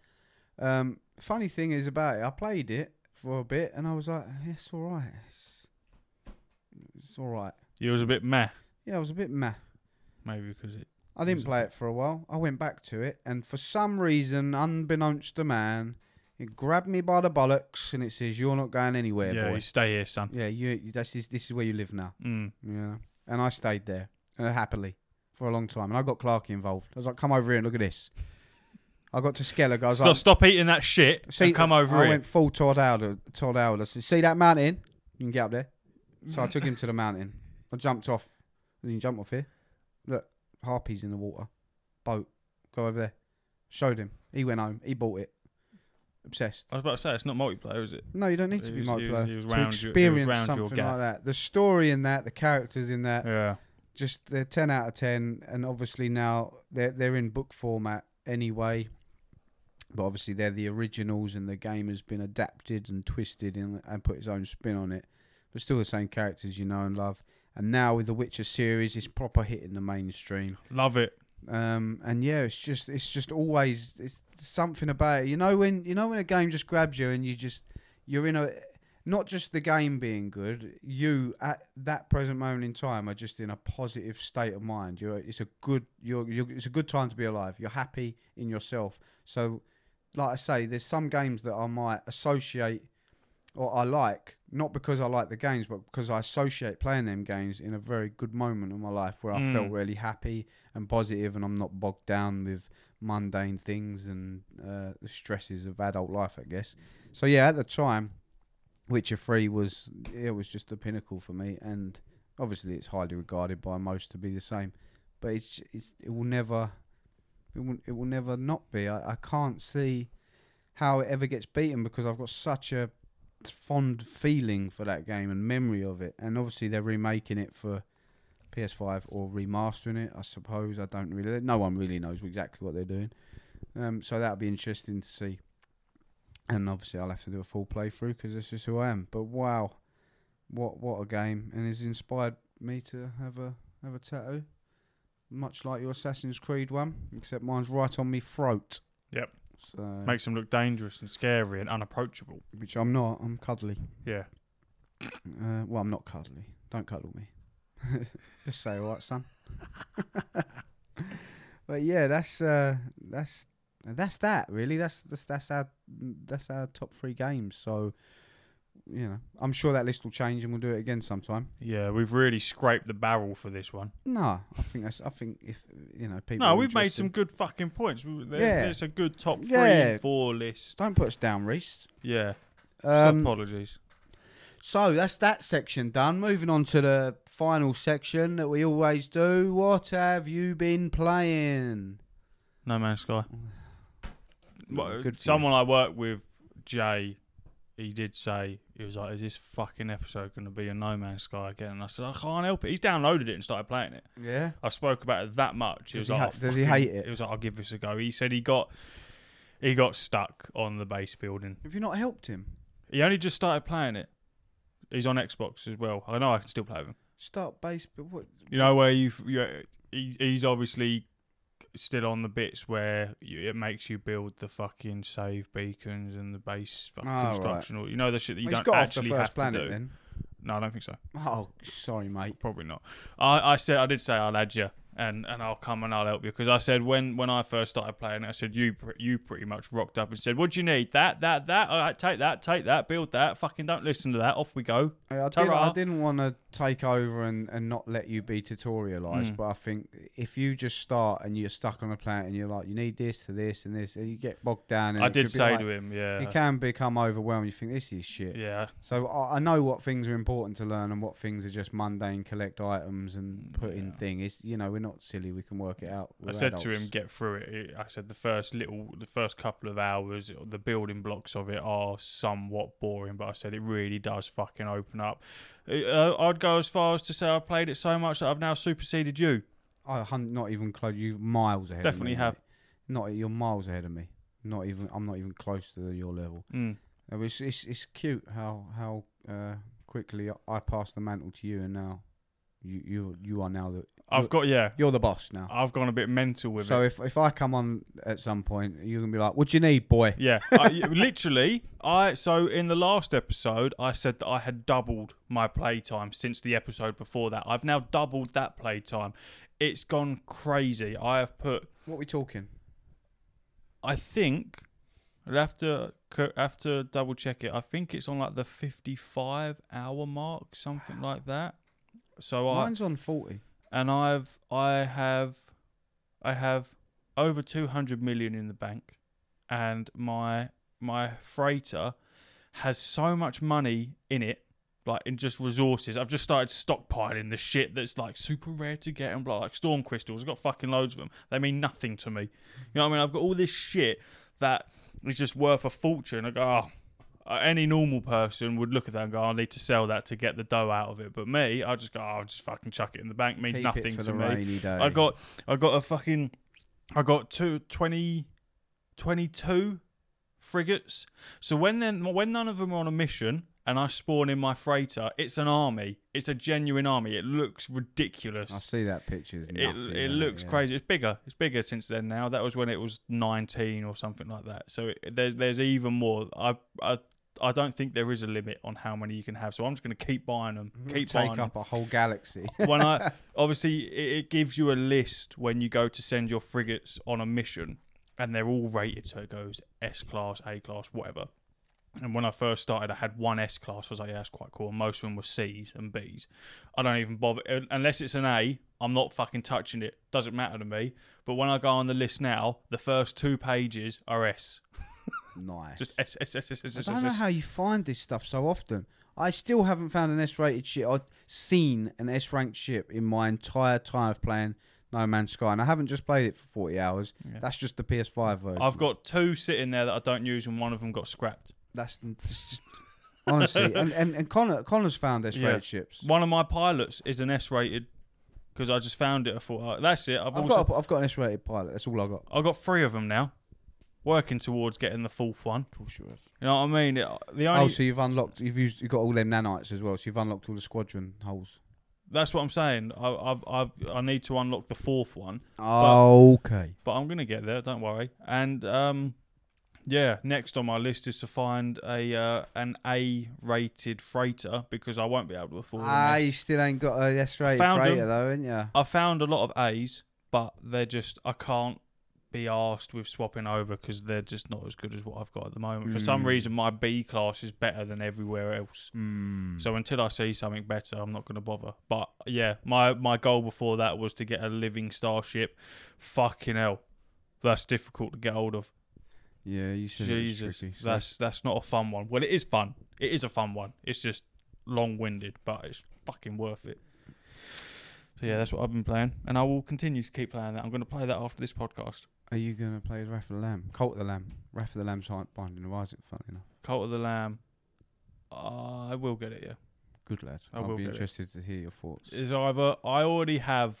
S1: Um, funny thing is about it, I played it for a bit and I was like, yeah, it's all right. It's, it's all right.
S2: You was a bit meh,
S1: Yeah, I was a bit meh.
S2: maybe because it.
S1: I
S2: Was
S1: didn't
S2: it-
S1: play it for a while. I went back to it, and for some reason, unbeknownst to man, it grabbed me by the bollocks, and it says, "You're not going anywhere,
S2: yeah,
S1: boy.
S2: you stay here, son.
S1: Yeah, you. you- This is this is where you live now.
S2: Mm.
S1: Yeah." And I stayed there uh, happily for a long time, and I got Clarky involved. I was like, "Come over here and look at this." I got to Skellig. I was
S2: Stop,
S1: like,
S2: stop eating that shit
S1: "See,
S2: and come over
S1: I
S2: here.
S1: went full Todd Howard. Todd Howard. I said, "See that mountain? You can get up there." So I took him to the mountain. I jumped off. You can jump off here. Look, harpies in the water. Boat. Go over there. Showed him. He went home. He bought it. Obsessed.
S2: I was about to say, it's not multiplayer, is it?
S1: No, you don't need to
S2: He
S1: be
S2: was- he was-
S1: multiplayer
S2: he was round
S1: to
S2: your- he was
S1: experience
S2: round your
S1: something
S2: gaff.
S1: like that. The story in that, the characters in that,
S2: Yeah.
S1: just they're ten out of ten. And obviously now they're they're in book format anyway. But obviously they're the originals, and the game has been adapted and twisted and, and put its own spin on it. But still the same characters you know and love. And now with the Witcher series, it's proper hitting the mainstream.
S2: Love it.
S1: Um, and yeah, it's just it's just always it's something about it. You know when you know when a game just grabs you and you just you're in a not just the game being good, you at that present moment in time are just in a positive state of mind. You're it's a good you're, you're it's a good time to be alive. You're happy in yourself. So like I say, there's some games that I might associate or I like, not because I like the games, but because I associate playing them games in a very good moment of my life where I
S2: Mm.
S1: felt really happy and positive and I'm not bogged down with mundane things and uh, the stresses of adult life, I guess. So yeah, at the time, Witcher Three was it was just the pinnacle for me, and obviously it's highly regarded by most to be the same, but it's it's it will never it will it will never not be. I, I can't see how it ever gets beaten because I've got such a fond feeling for that game and memory of it, and obviously they're remaking it for. PS5 or remastering it, I suppose. I don't really. No one really knows exactly what they're doing, um, so that'll be interesting to see. And obviously, I'll have to do a full playthrough because that's just who I am. But wow, what what a game! And it's inspired me to have a have a tattoo, much like your Assassin's Creed one, except mine's right on me throat.
S2: Yep.
S1: So,
S2: Makes them look dangerous and scary and unapproachable.
S1: which I'm not. I'm cuddly.
S2: Yeah.
S1: Uh, well, I'm not cuddly. Don't cuddle me. Just say, all right, son. but yeah, that's uh, that's And that's that really. That's that's that's our that's our top three games. So you know, I'm sure that list will change and we'll do it again sometime.
S2: Yeah, we've really scraped the barrel for this one.
S1: No, I think that's I think if you know people.
S2: no,
S1: are
S2: we've made
S1: interested-
S2: some good fucking points. We,
S1: Yeah.
S2: yeah. It's a good top three,
S1: Yeah.
S2: four list.
S1: Don't put us down, Reese.
S2: Yeah.
S1: Um,
S2: Apologies.
S1: So that's that section done. Moving on to the final section that we always do. What have you been playing?
S2: No Man's Sky.
S1: Good
S2: Well,
S1: for you.
S2: someone I work with, Jay, he did say he was like, "Is this fucking episode going to be a No Man's Sky again?" And I said, "I can't help it." He's downloaded it and started playing it.
S1: Yeah.
S2: I spoke about it that much.
S1: Does
S2: was
S1: he
S2: like,
S1: ha-
S2: "Oh,
S1: does he
S2: fucking-"
S1: hate it?
S2: He was like, "I'll give this a go." He said he got he got stuck on the base building.
S1: Have you not helped him?
S2: He only just started playing it. He's on Xbox as well. I know I can still play with him.
S1: Start base, but what?
S2: You know where you you he, he's obviously still on the bits where you, it makes you build the fucking save beacons and the base fucking
S1: Oh, right.
S2: construction. Or, you know the shit that you
S1: He's
S2: don't
S1: got off the
S2: actually
S1: first
S2: have
S1: planet
S2: to do.
S1: then.
S2: No, I don't think so.
S1: Oh, sorry, mate.
S2: Probably not. I, I said I did say I'll add you and, and I'll come and I'll help you because I said when, when I first started playing, I said you pr- you pretty much rocked up and said, "What do you need? That that that. All right, take that, take that, build that. Fucking don't listen to that. Off we go."
S1: I, I did,
S2: Ta-ra.
S1: I didn't want to take over and, and not let you be tutorialized,
S2: Mm.
S1: but I think if you just start and you're stuck on a planet and you're like, you need this to this and this, and you get bogged down. And
S2: I
S1: it could
S2: did
S1: be
S2: say
S1: like-
S2: to him, "Yeah,
S1: It can become overwhelming. You think this is shit.
S2: yeah,
S1: So I, I know what things are important to learn and what things are just mundane, collect items and put in
S2: Mm, Yeah.
S1: thing. It's you know we're not silly. We can work it out.
S2: I
S1: we're
S2: said to
S1: adults.
S2: him, get through it. It- I said the first little, the first couple of hours, the building blocks of it are somewhat boring, but I said it really does fucking open up. Uh, I'd go as far as to say I've played it so much that I've now superseded you.
S1: I hun- not even close. You miles ahead.
S2: Definitely
S1: of me,
S2: have.
S1: mate. Not you're miles ahead of me. Not even I'm not even close to your level.
S2: Mm.
S1: Uh, It's it's, it's cute how how uh, quickly I- I passed the mantle to you and now you you you are now the
S2: I've got yeah,
S1: you're the boss now.
S2: I've gone a bit mental with
S1: So
S2: it.
S1: if if I come on at some point, you're gonna be like, "What do you need, boy?"
S2: Yeah, I, literally. I so in the last episode, I said that I had doubled my playtime since the episode before that. I've now doubled that playtime. It's gone crazy. I have put
S1: What we talking?
S2: I think I'd have to co- have to double check it. I think it's on like the fifty-five hour mark, something like that. So I
S1: Mine's on forty.
S2: and I've I have I have over two hundred million in the bank, and my my freighter has so much money in it, like in just resources. I've just started stockpiling the shit that's like super rare to get and blah, like storm crystals. I've got fucking loads of them. They mean nothing to me. You know what I mean? I've got all this shit that is just worth a fortune. I go, oh, uh, any normal person would look at that and go, I need to sell that to get the dough out of it. But me, I just go, oh, I'll just fucking chuck it in the bank. means
S1: Keep it
S2: nothing
S1: for the
S2: to me.
S1: rainy day.
S2: I got I got a fucking I got two, 20, 22 frigates. So when then when none of them are on a mission and I spawn in my freighter, it's an army. It's a genuine army. It looks ridiculous.
S1: I see that picture. It's
S2: It,
S1: nutty,
S2: it
S1: isn't
S2: looks
S1: Yeah.
S2: crazy. It's bigger. It's bigger since then. Now that was when it was nineteen or something like that. So it, there's there's even more. I I I don't think there is a limit on how many you can have. So I'm just gonna keep buying them.
S1: It'll
S2: Keep
S1: Mm-hmm.
S2: buying
S1: take
S2: them
S1: up a whole galaxy.
S2: when I obviously it, it gives you a list when you go to send your frigates on a mission, and they're all rated. So it goes S class, A class, whatever. And when I first started, I had one S class. I was like, yeah, that's quite cool. And most of them were C's and B's. I don't even bother un- unless it's an A. I'm not fucking touching it. Doesn't matter to me. But when I go on the list now, the first two pages are S.
S1: nice.
S2: Just S S S S S
S1: I
S2: S.
S1: don't
S2: S,
S1: know
S2: S.
S1: how you find this stuff so often. I still haven't found an S-rated ship. I've seen an S-ranked ship in my entire time of playing No Man's Sky, and I haven't just played it for 40 hours.
S2: Yeah.
S1: That's just the PS5 version.
S2: I've got two sitting there that I don't use, and one of them got scrapped.
S1: That's it's just, honestly, and and, and Connor Connor's found S-rated
S2: Yeah.
S1: ships.
S2: One of my pilots is an S rated because I just found it. I thought oh, that's it. I've,
S1: I've
S2: also
S1: got a, I've got an S-rated pilot. That's all I got.
S2: I've got three of them now, working towards getting the fourth one. You know what I mean? It, the only
S1: Oh, so you've unlocked. You've used. You've got all them nanites as well. So you've unlocked all the squadron holes.
S2: that's what I'm saying. I I've, I've I need to unlock the fourth one,
S1: Okay.
S2: but I'm gonna get there. Don't worry. And um, yeah, next on my list is to find a uh, an A rated freighter because I won't be able to afford. an
S1: Ah,
S2: S.
S1: you still ain't got a S-rated
S2: Found 'em.
S1: freighter though, ain't you?
S2: I found a lot of A's, but they're just I can't be asked with swapping over because they're just not as good as what I've got at the moment. For some reason, my B class is better than everywhere else.
S1: Mm.
S2: So until I see something better, I'm not going to bother. But yeah, my my goal before that was to get a living starship. Fucking hell, that's difficult to get hold of.
S1: Yeah, you said it was
S2: Jesus,
S1: tricky. so-
S2: that's that's not a fun one. Well, it is fun. It is a fun one. It's just long winded, but it's fucking worth it. So yeah, that's what I've been playing, and I will continue to keep playing that. I'm going to play that after this podcast.
S1: Are you gonna play Wrath of the Lamb? Cult of the Lamb. Wrath of the Lamb's hi- Binding of Isaac. Funny enough,
S2: Cult of the Lamb. I will get it. Yeah,
S1: good lad.
S2: I
S1: I will
S2: will
S1: be
S2: get it.
S1: interested to hear your thoughts.
S2: is either I already have.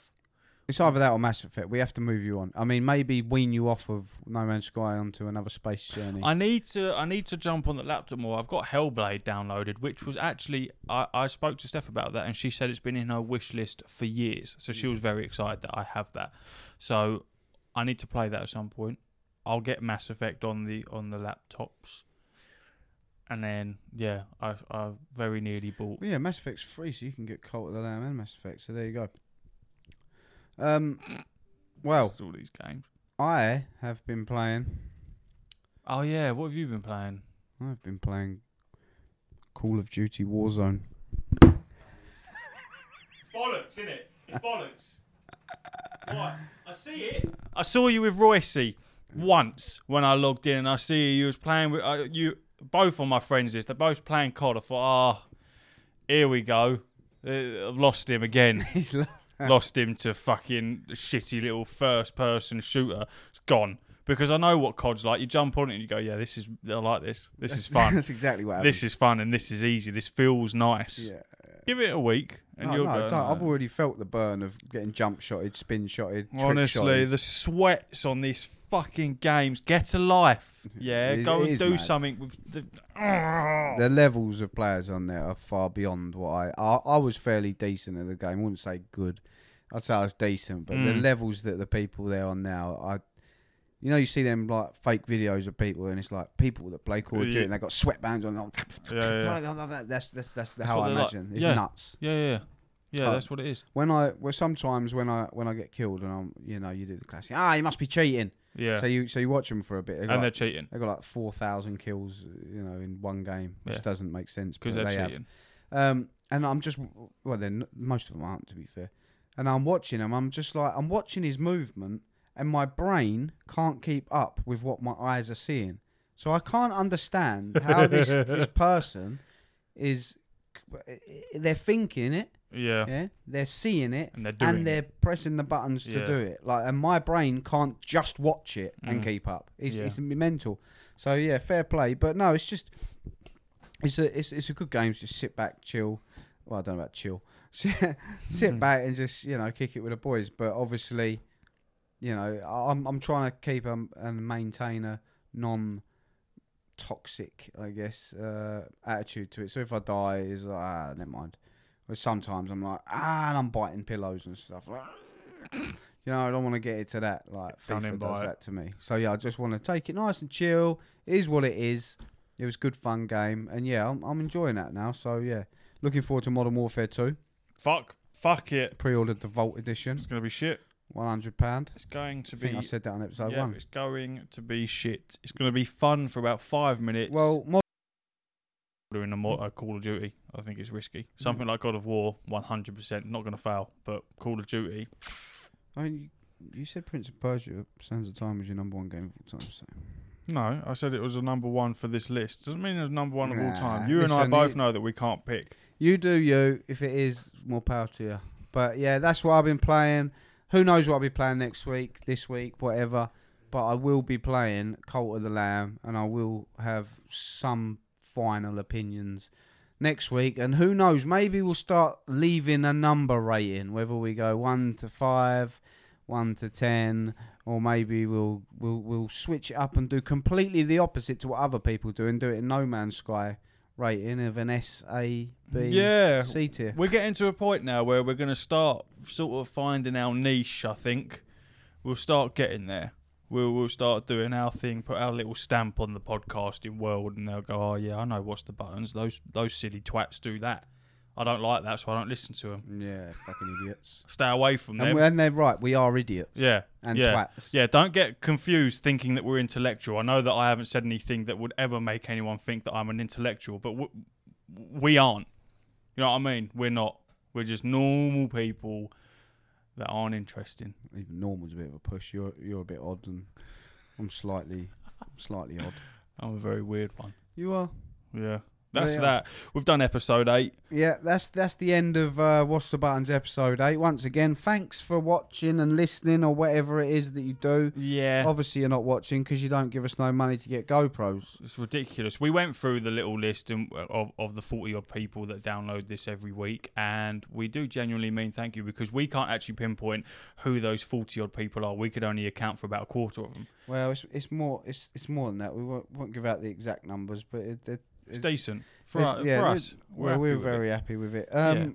S1: It's either that or Mass Effect. We have to move you on. I mean, maybe wean you off of No Man's Sky onto another space journey.
S2: I need to. I need to jump on the laptop more. I've got Hellblade downloaded, which was actually I, I spoke to Steph about that, and she said it's been in her wish list for years. So she was very excited that I have that. So I need to play that at some point. I'll get Mass Effect on the on the laptops, and then yeah, I I very nearly bought.
S1: Well, yeah, Mass Effect's free, so you can get Cult of the Lamb and Mass Effect. So there you go. Um, well,
S2: all these games.
S1: I have been playing.
S2: Oh yeah, what have you been playing?
S1: I've been playing Call of Duty Warzone.
S2: bollocks, isn't it? It's bollocks. Why? I see it. I saw you with Roycey once when I logged in, and I see you was playing with uh, you. Both on my friends list, they're both playing COD. I thought, ah, here we go. Uh, I've lost him again.
S1: He's lo-
S2: lost him to fucking shitty little first person shooter. It's gone. Because I know what COD's like. You jump on it and you go, yeah, this is, I like this. This is fun.
S1: That's exactly what happened.
S2: this is fun and this is easy. This feels nice.
S1: yeah.
S2: Give it a week and
S1: No,
S2: you'll
S1: no,
S2: go,
S1: no, I've
S2: "No."
S1: already felt the burn of getting jump shotted, spin shotted,
S2: Honestly, the sweats on these fucking games. Get a life. Yeah,
S1: It is-
S2: go
S1: it
S2: and
S1: is
S2: do
S1: mad.
S2: something with the.
S1: the levels of players on there are far beyond what I, I I was fairly decent at the game. I wouldn't say good. I'd say I was decent, but the
S2: Mm.
S1: levels that the people there on now, I you know, you see them like fake videos of people, and it's like people that play Call of
S2: Yeah.
S1: Duty and they got sweatbands on. like,
S2: Yeah, yeah,
S1: That's that's that's,
S2: That's
S1: how
S2: what
S1: I
S2: they're like.
S1: imagine. It's
S2: Yeah.
S1: nuts.
S2: yeah, yeah. Yeah,
S1: Oh.
S2: that's what it is.
S1: When I well, sometimes when I when I get killed and I'm you know you do the classic ah you must be cheating.
S2: Yeah,
S1: So you so you watch them for a bit.
S2: and
S1: like,
S2: they're cheating
S1: They got like four thousand kills, you know, in one game, which
S2: Yeah.
S1: doesn't make sense
S2: because
S1: but
S2: they're
S1: they have.
S2: cheating.
S1: Um, and I'm just well, then most of them aren't to be fair. And I'm watching him. I'm just like I'm watching his movement, and my brain can't keep up with what my eyes are seeing. So I can't understand how this this person is. They're thinking it,
S2: Yeah,
S1: yeah. They're seeing it,
S2: and they're doing.
S1: and they're
S2: it.
S1: pressing the buttons to
S2: Yeah.
S1: do it. Like, and my brain can't just watch it and
S2: Mm.
S1: keep up. It's
S2: Yeah.
S1: it's mental. So yeah, fair play. But no, it's just it's a it's it's a good game. to Just sit back, chill. Well, I don't know about chill. sit
S2: Mm.
S1: sit back and just you know kick it with the boys. But obviously, you know, I- I'm I'm trying to keep um, and maintain a non toxic, I guess, uh, attitude to it. So if I die, is like, ah, never mind. But sometimes I'm like, ah, and I'm biting pillows and stuff. Like, you know, I don't want to get into that. Like
S2: Done in
S1: FIFA
S2: by
S1: does
S2: it.
S1: that to me. So yeah, I just want to take it nice and chill. It is what it is. It was a good fun game, and yeah, I'm, I'm enjoying that now. So yeah, looking forward to Modern Warfare 2.
S2: Fuck, fuck it.
S1: Pre-ordered the Vault Edition,
S2: It's gonna be shit.
S1: 100 pound.
S2: It's going to
S1: I
S2: be.
S1: think I said that on episode
S2: yeah,
S1: one.
S2: it's going to be shit. It's gonna be fun for about five minutes.
S1: Well, mod-
S2: in the mo- uh, Call of Duty, I think it's risky. Something like God of War, one hundred percent, not gonna fail. But Call of Duty,
S1: I mean, you, you said Prince of Persia Sands of Time was your number one game of all time. So
S2: No, I said it was a number one for this list. Doesn't mean it's number one of all
S1: Nah,
S2: time. You and I
S1: listen,
S2: both
S1: you-
S2: know that we can't pick.
S1: you do you. If it is, more power to you. But yeah, that's what I've been playing. Who knows what I'll be playing next week, this week, whatever. But I will be playing Cult of the Lamb, and I will have some final opinions next week. And who knows? Maybe we'll start leaving a number rating, whether we go one to five, one to ten, or maybe we'll we'll we'll switch it up and do completely the opposite to what other people do and do it in No Man's Sky rating of an S A B
S2: yeah,
S1: C tier.
S2: we're getting to a point now where we're going to start sort of finding our niche. I think we'll start getting there. We'll we'll start doing our thing, put our little stamp on the podcasting world, and they'll go, "Oh yeah, I know what's the buttons. Those those silly twats do that. I don't like that, so I don't listen to them.
S1: Yeah, fucking idiots.
S2: Stay away from
S1: And
S2: them.
S1: when they're right, we are idiots.
S2: Yeah.
S1: And
S2: yeah.
S1: twats.
S2: Yeah, don't get confused thinking that we're intellectual. I know that I haven't said anything that would ever make anyone think that I'm an intellectual, but w- we aren't. You know what I mean? We're not. We're just normal people that aren't interesting.
S1: Even normal's a bit of a push. You're you're a bit odd, and I'm slightly slightly odd.
S2: I'm a very weird one.
S1: You are.
S2: Yeah. That's
S1: Yeah.
S2: that. We've done episode eight.
S1: Yeah, that's that's the end of uh, What's the Buttons episode eight. Once again, thanks for watching and listening, or whatever it is that you do.
S2: Yeah.
S1: Obviously, you're not watching because you don't give us no money to get GoPros.
S2: It's ridiculous. We went through the little list and, uh, of of the forty odd people that download this every week, and we do genuinely mean thank you because we can't actually pinpoint who those forty odd people are. We could only account for about a quarter of them.
S1: Well, it's it's more it's it's more than that. We won't, won't give out the exact numbers, but it, it,
S2: It's
S1: it-
S2: decent for,
S1: it's-
S2: us-
S1: yeah,
S2: for
S1: it
S2: us.
S1: well,
S2: happy
S1: we're
S2: with it.
S1: very happy with it. Um,
S2: Yeah.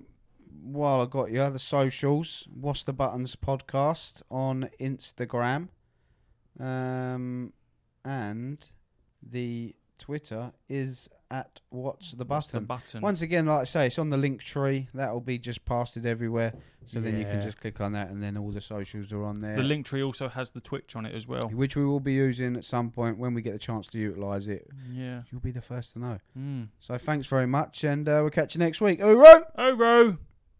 S1: While I got you, the socials. What's the Buttons podcast on Instagram, um, and the Twitter is at What's the
S2: What's
S1: Button.
S2: button.
S1: Once again, like I say, it's on the link tree. That'll be just pasted everywhere. So then you can
S2: Yeah.
S1: just click on that, and then all the socials are on there.
S2: the link tree also has the Twitch on it as well.
S1: which we will be using at some point when we get the chance to utilise it.
S2: Yeah.
S1: You'll be the first to know.
S2: Mm.
S1: So thanks very much, and uh, we'll catch you next week. Hooroo!
S2: Oh, bro.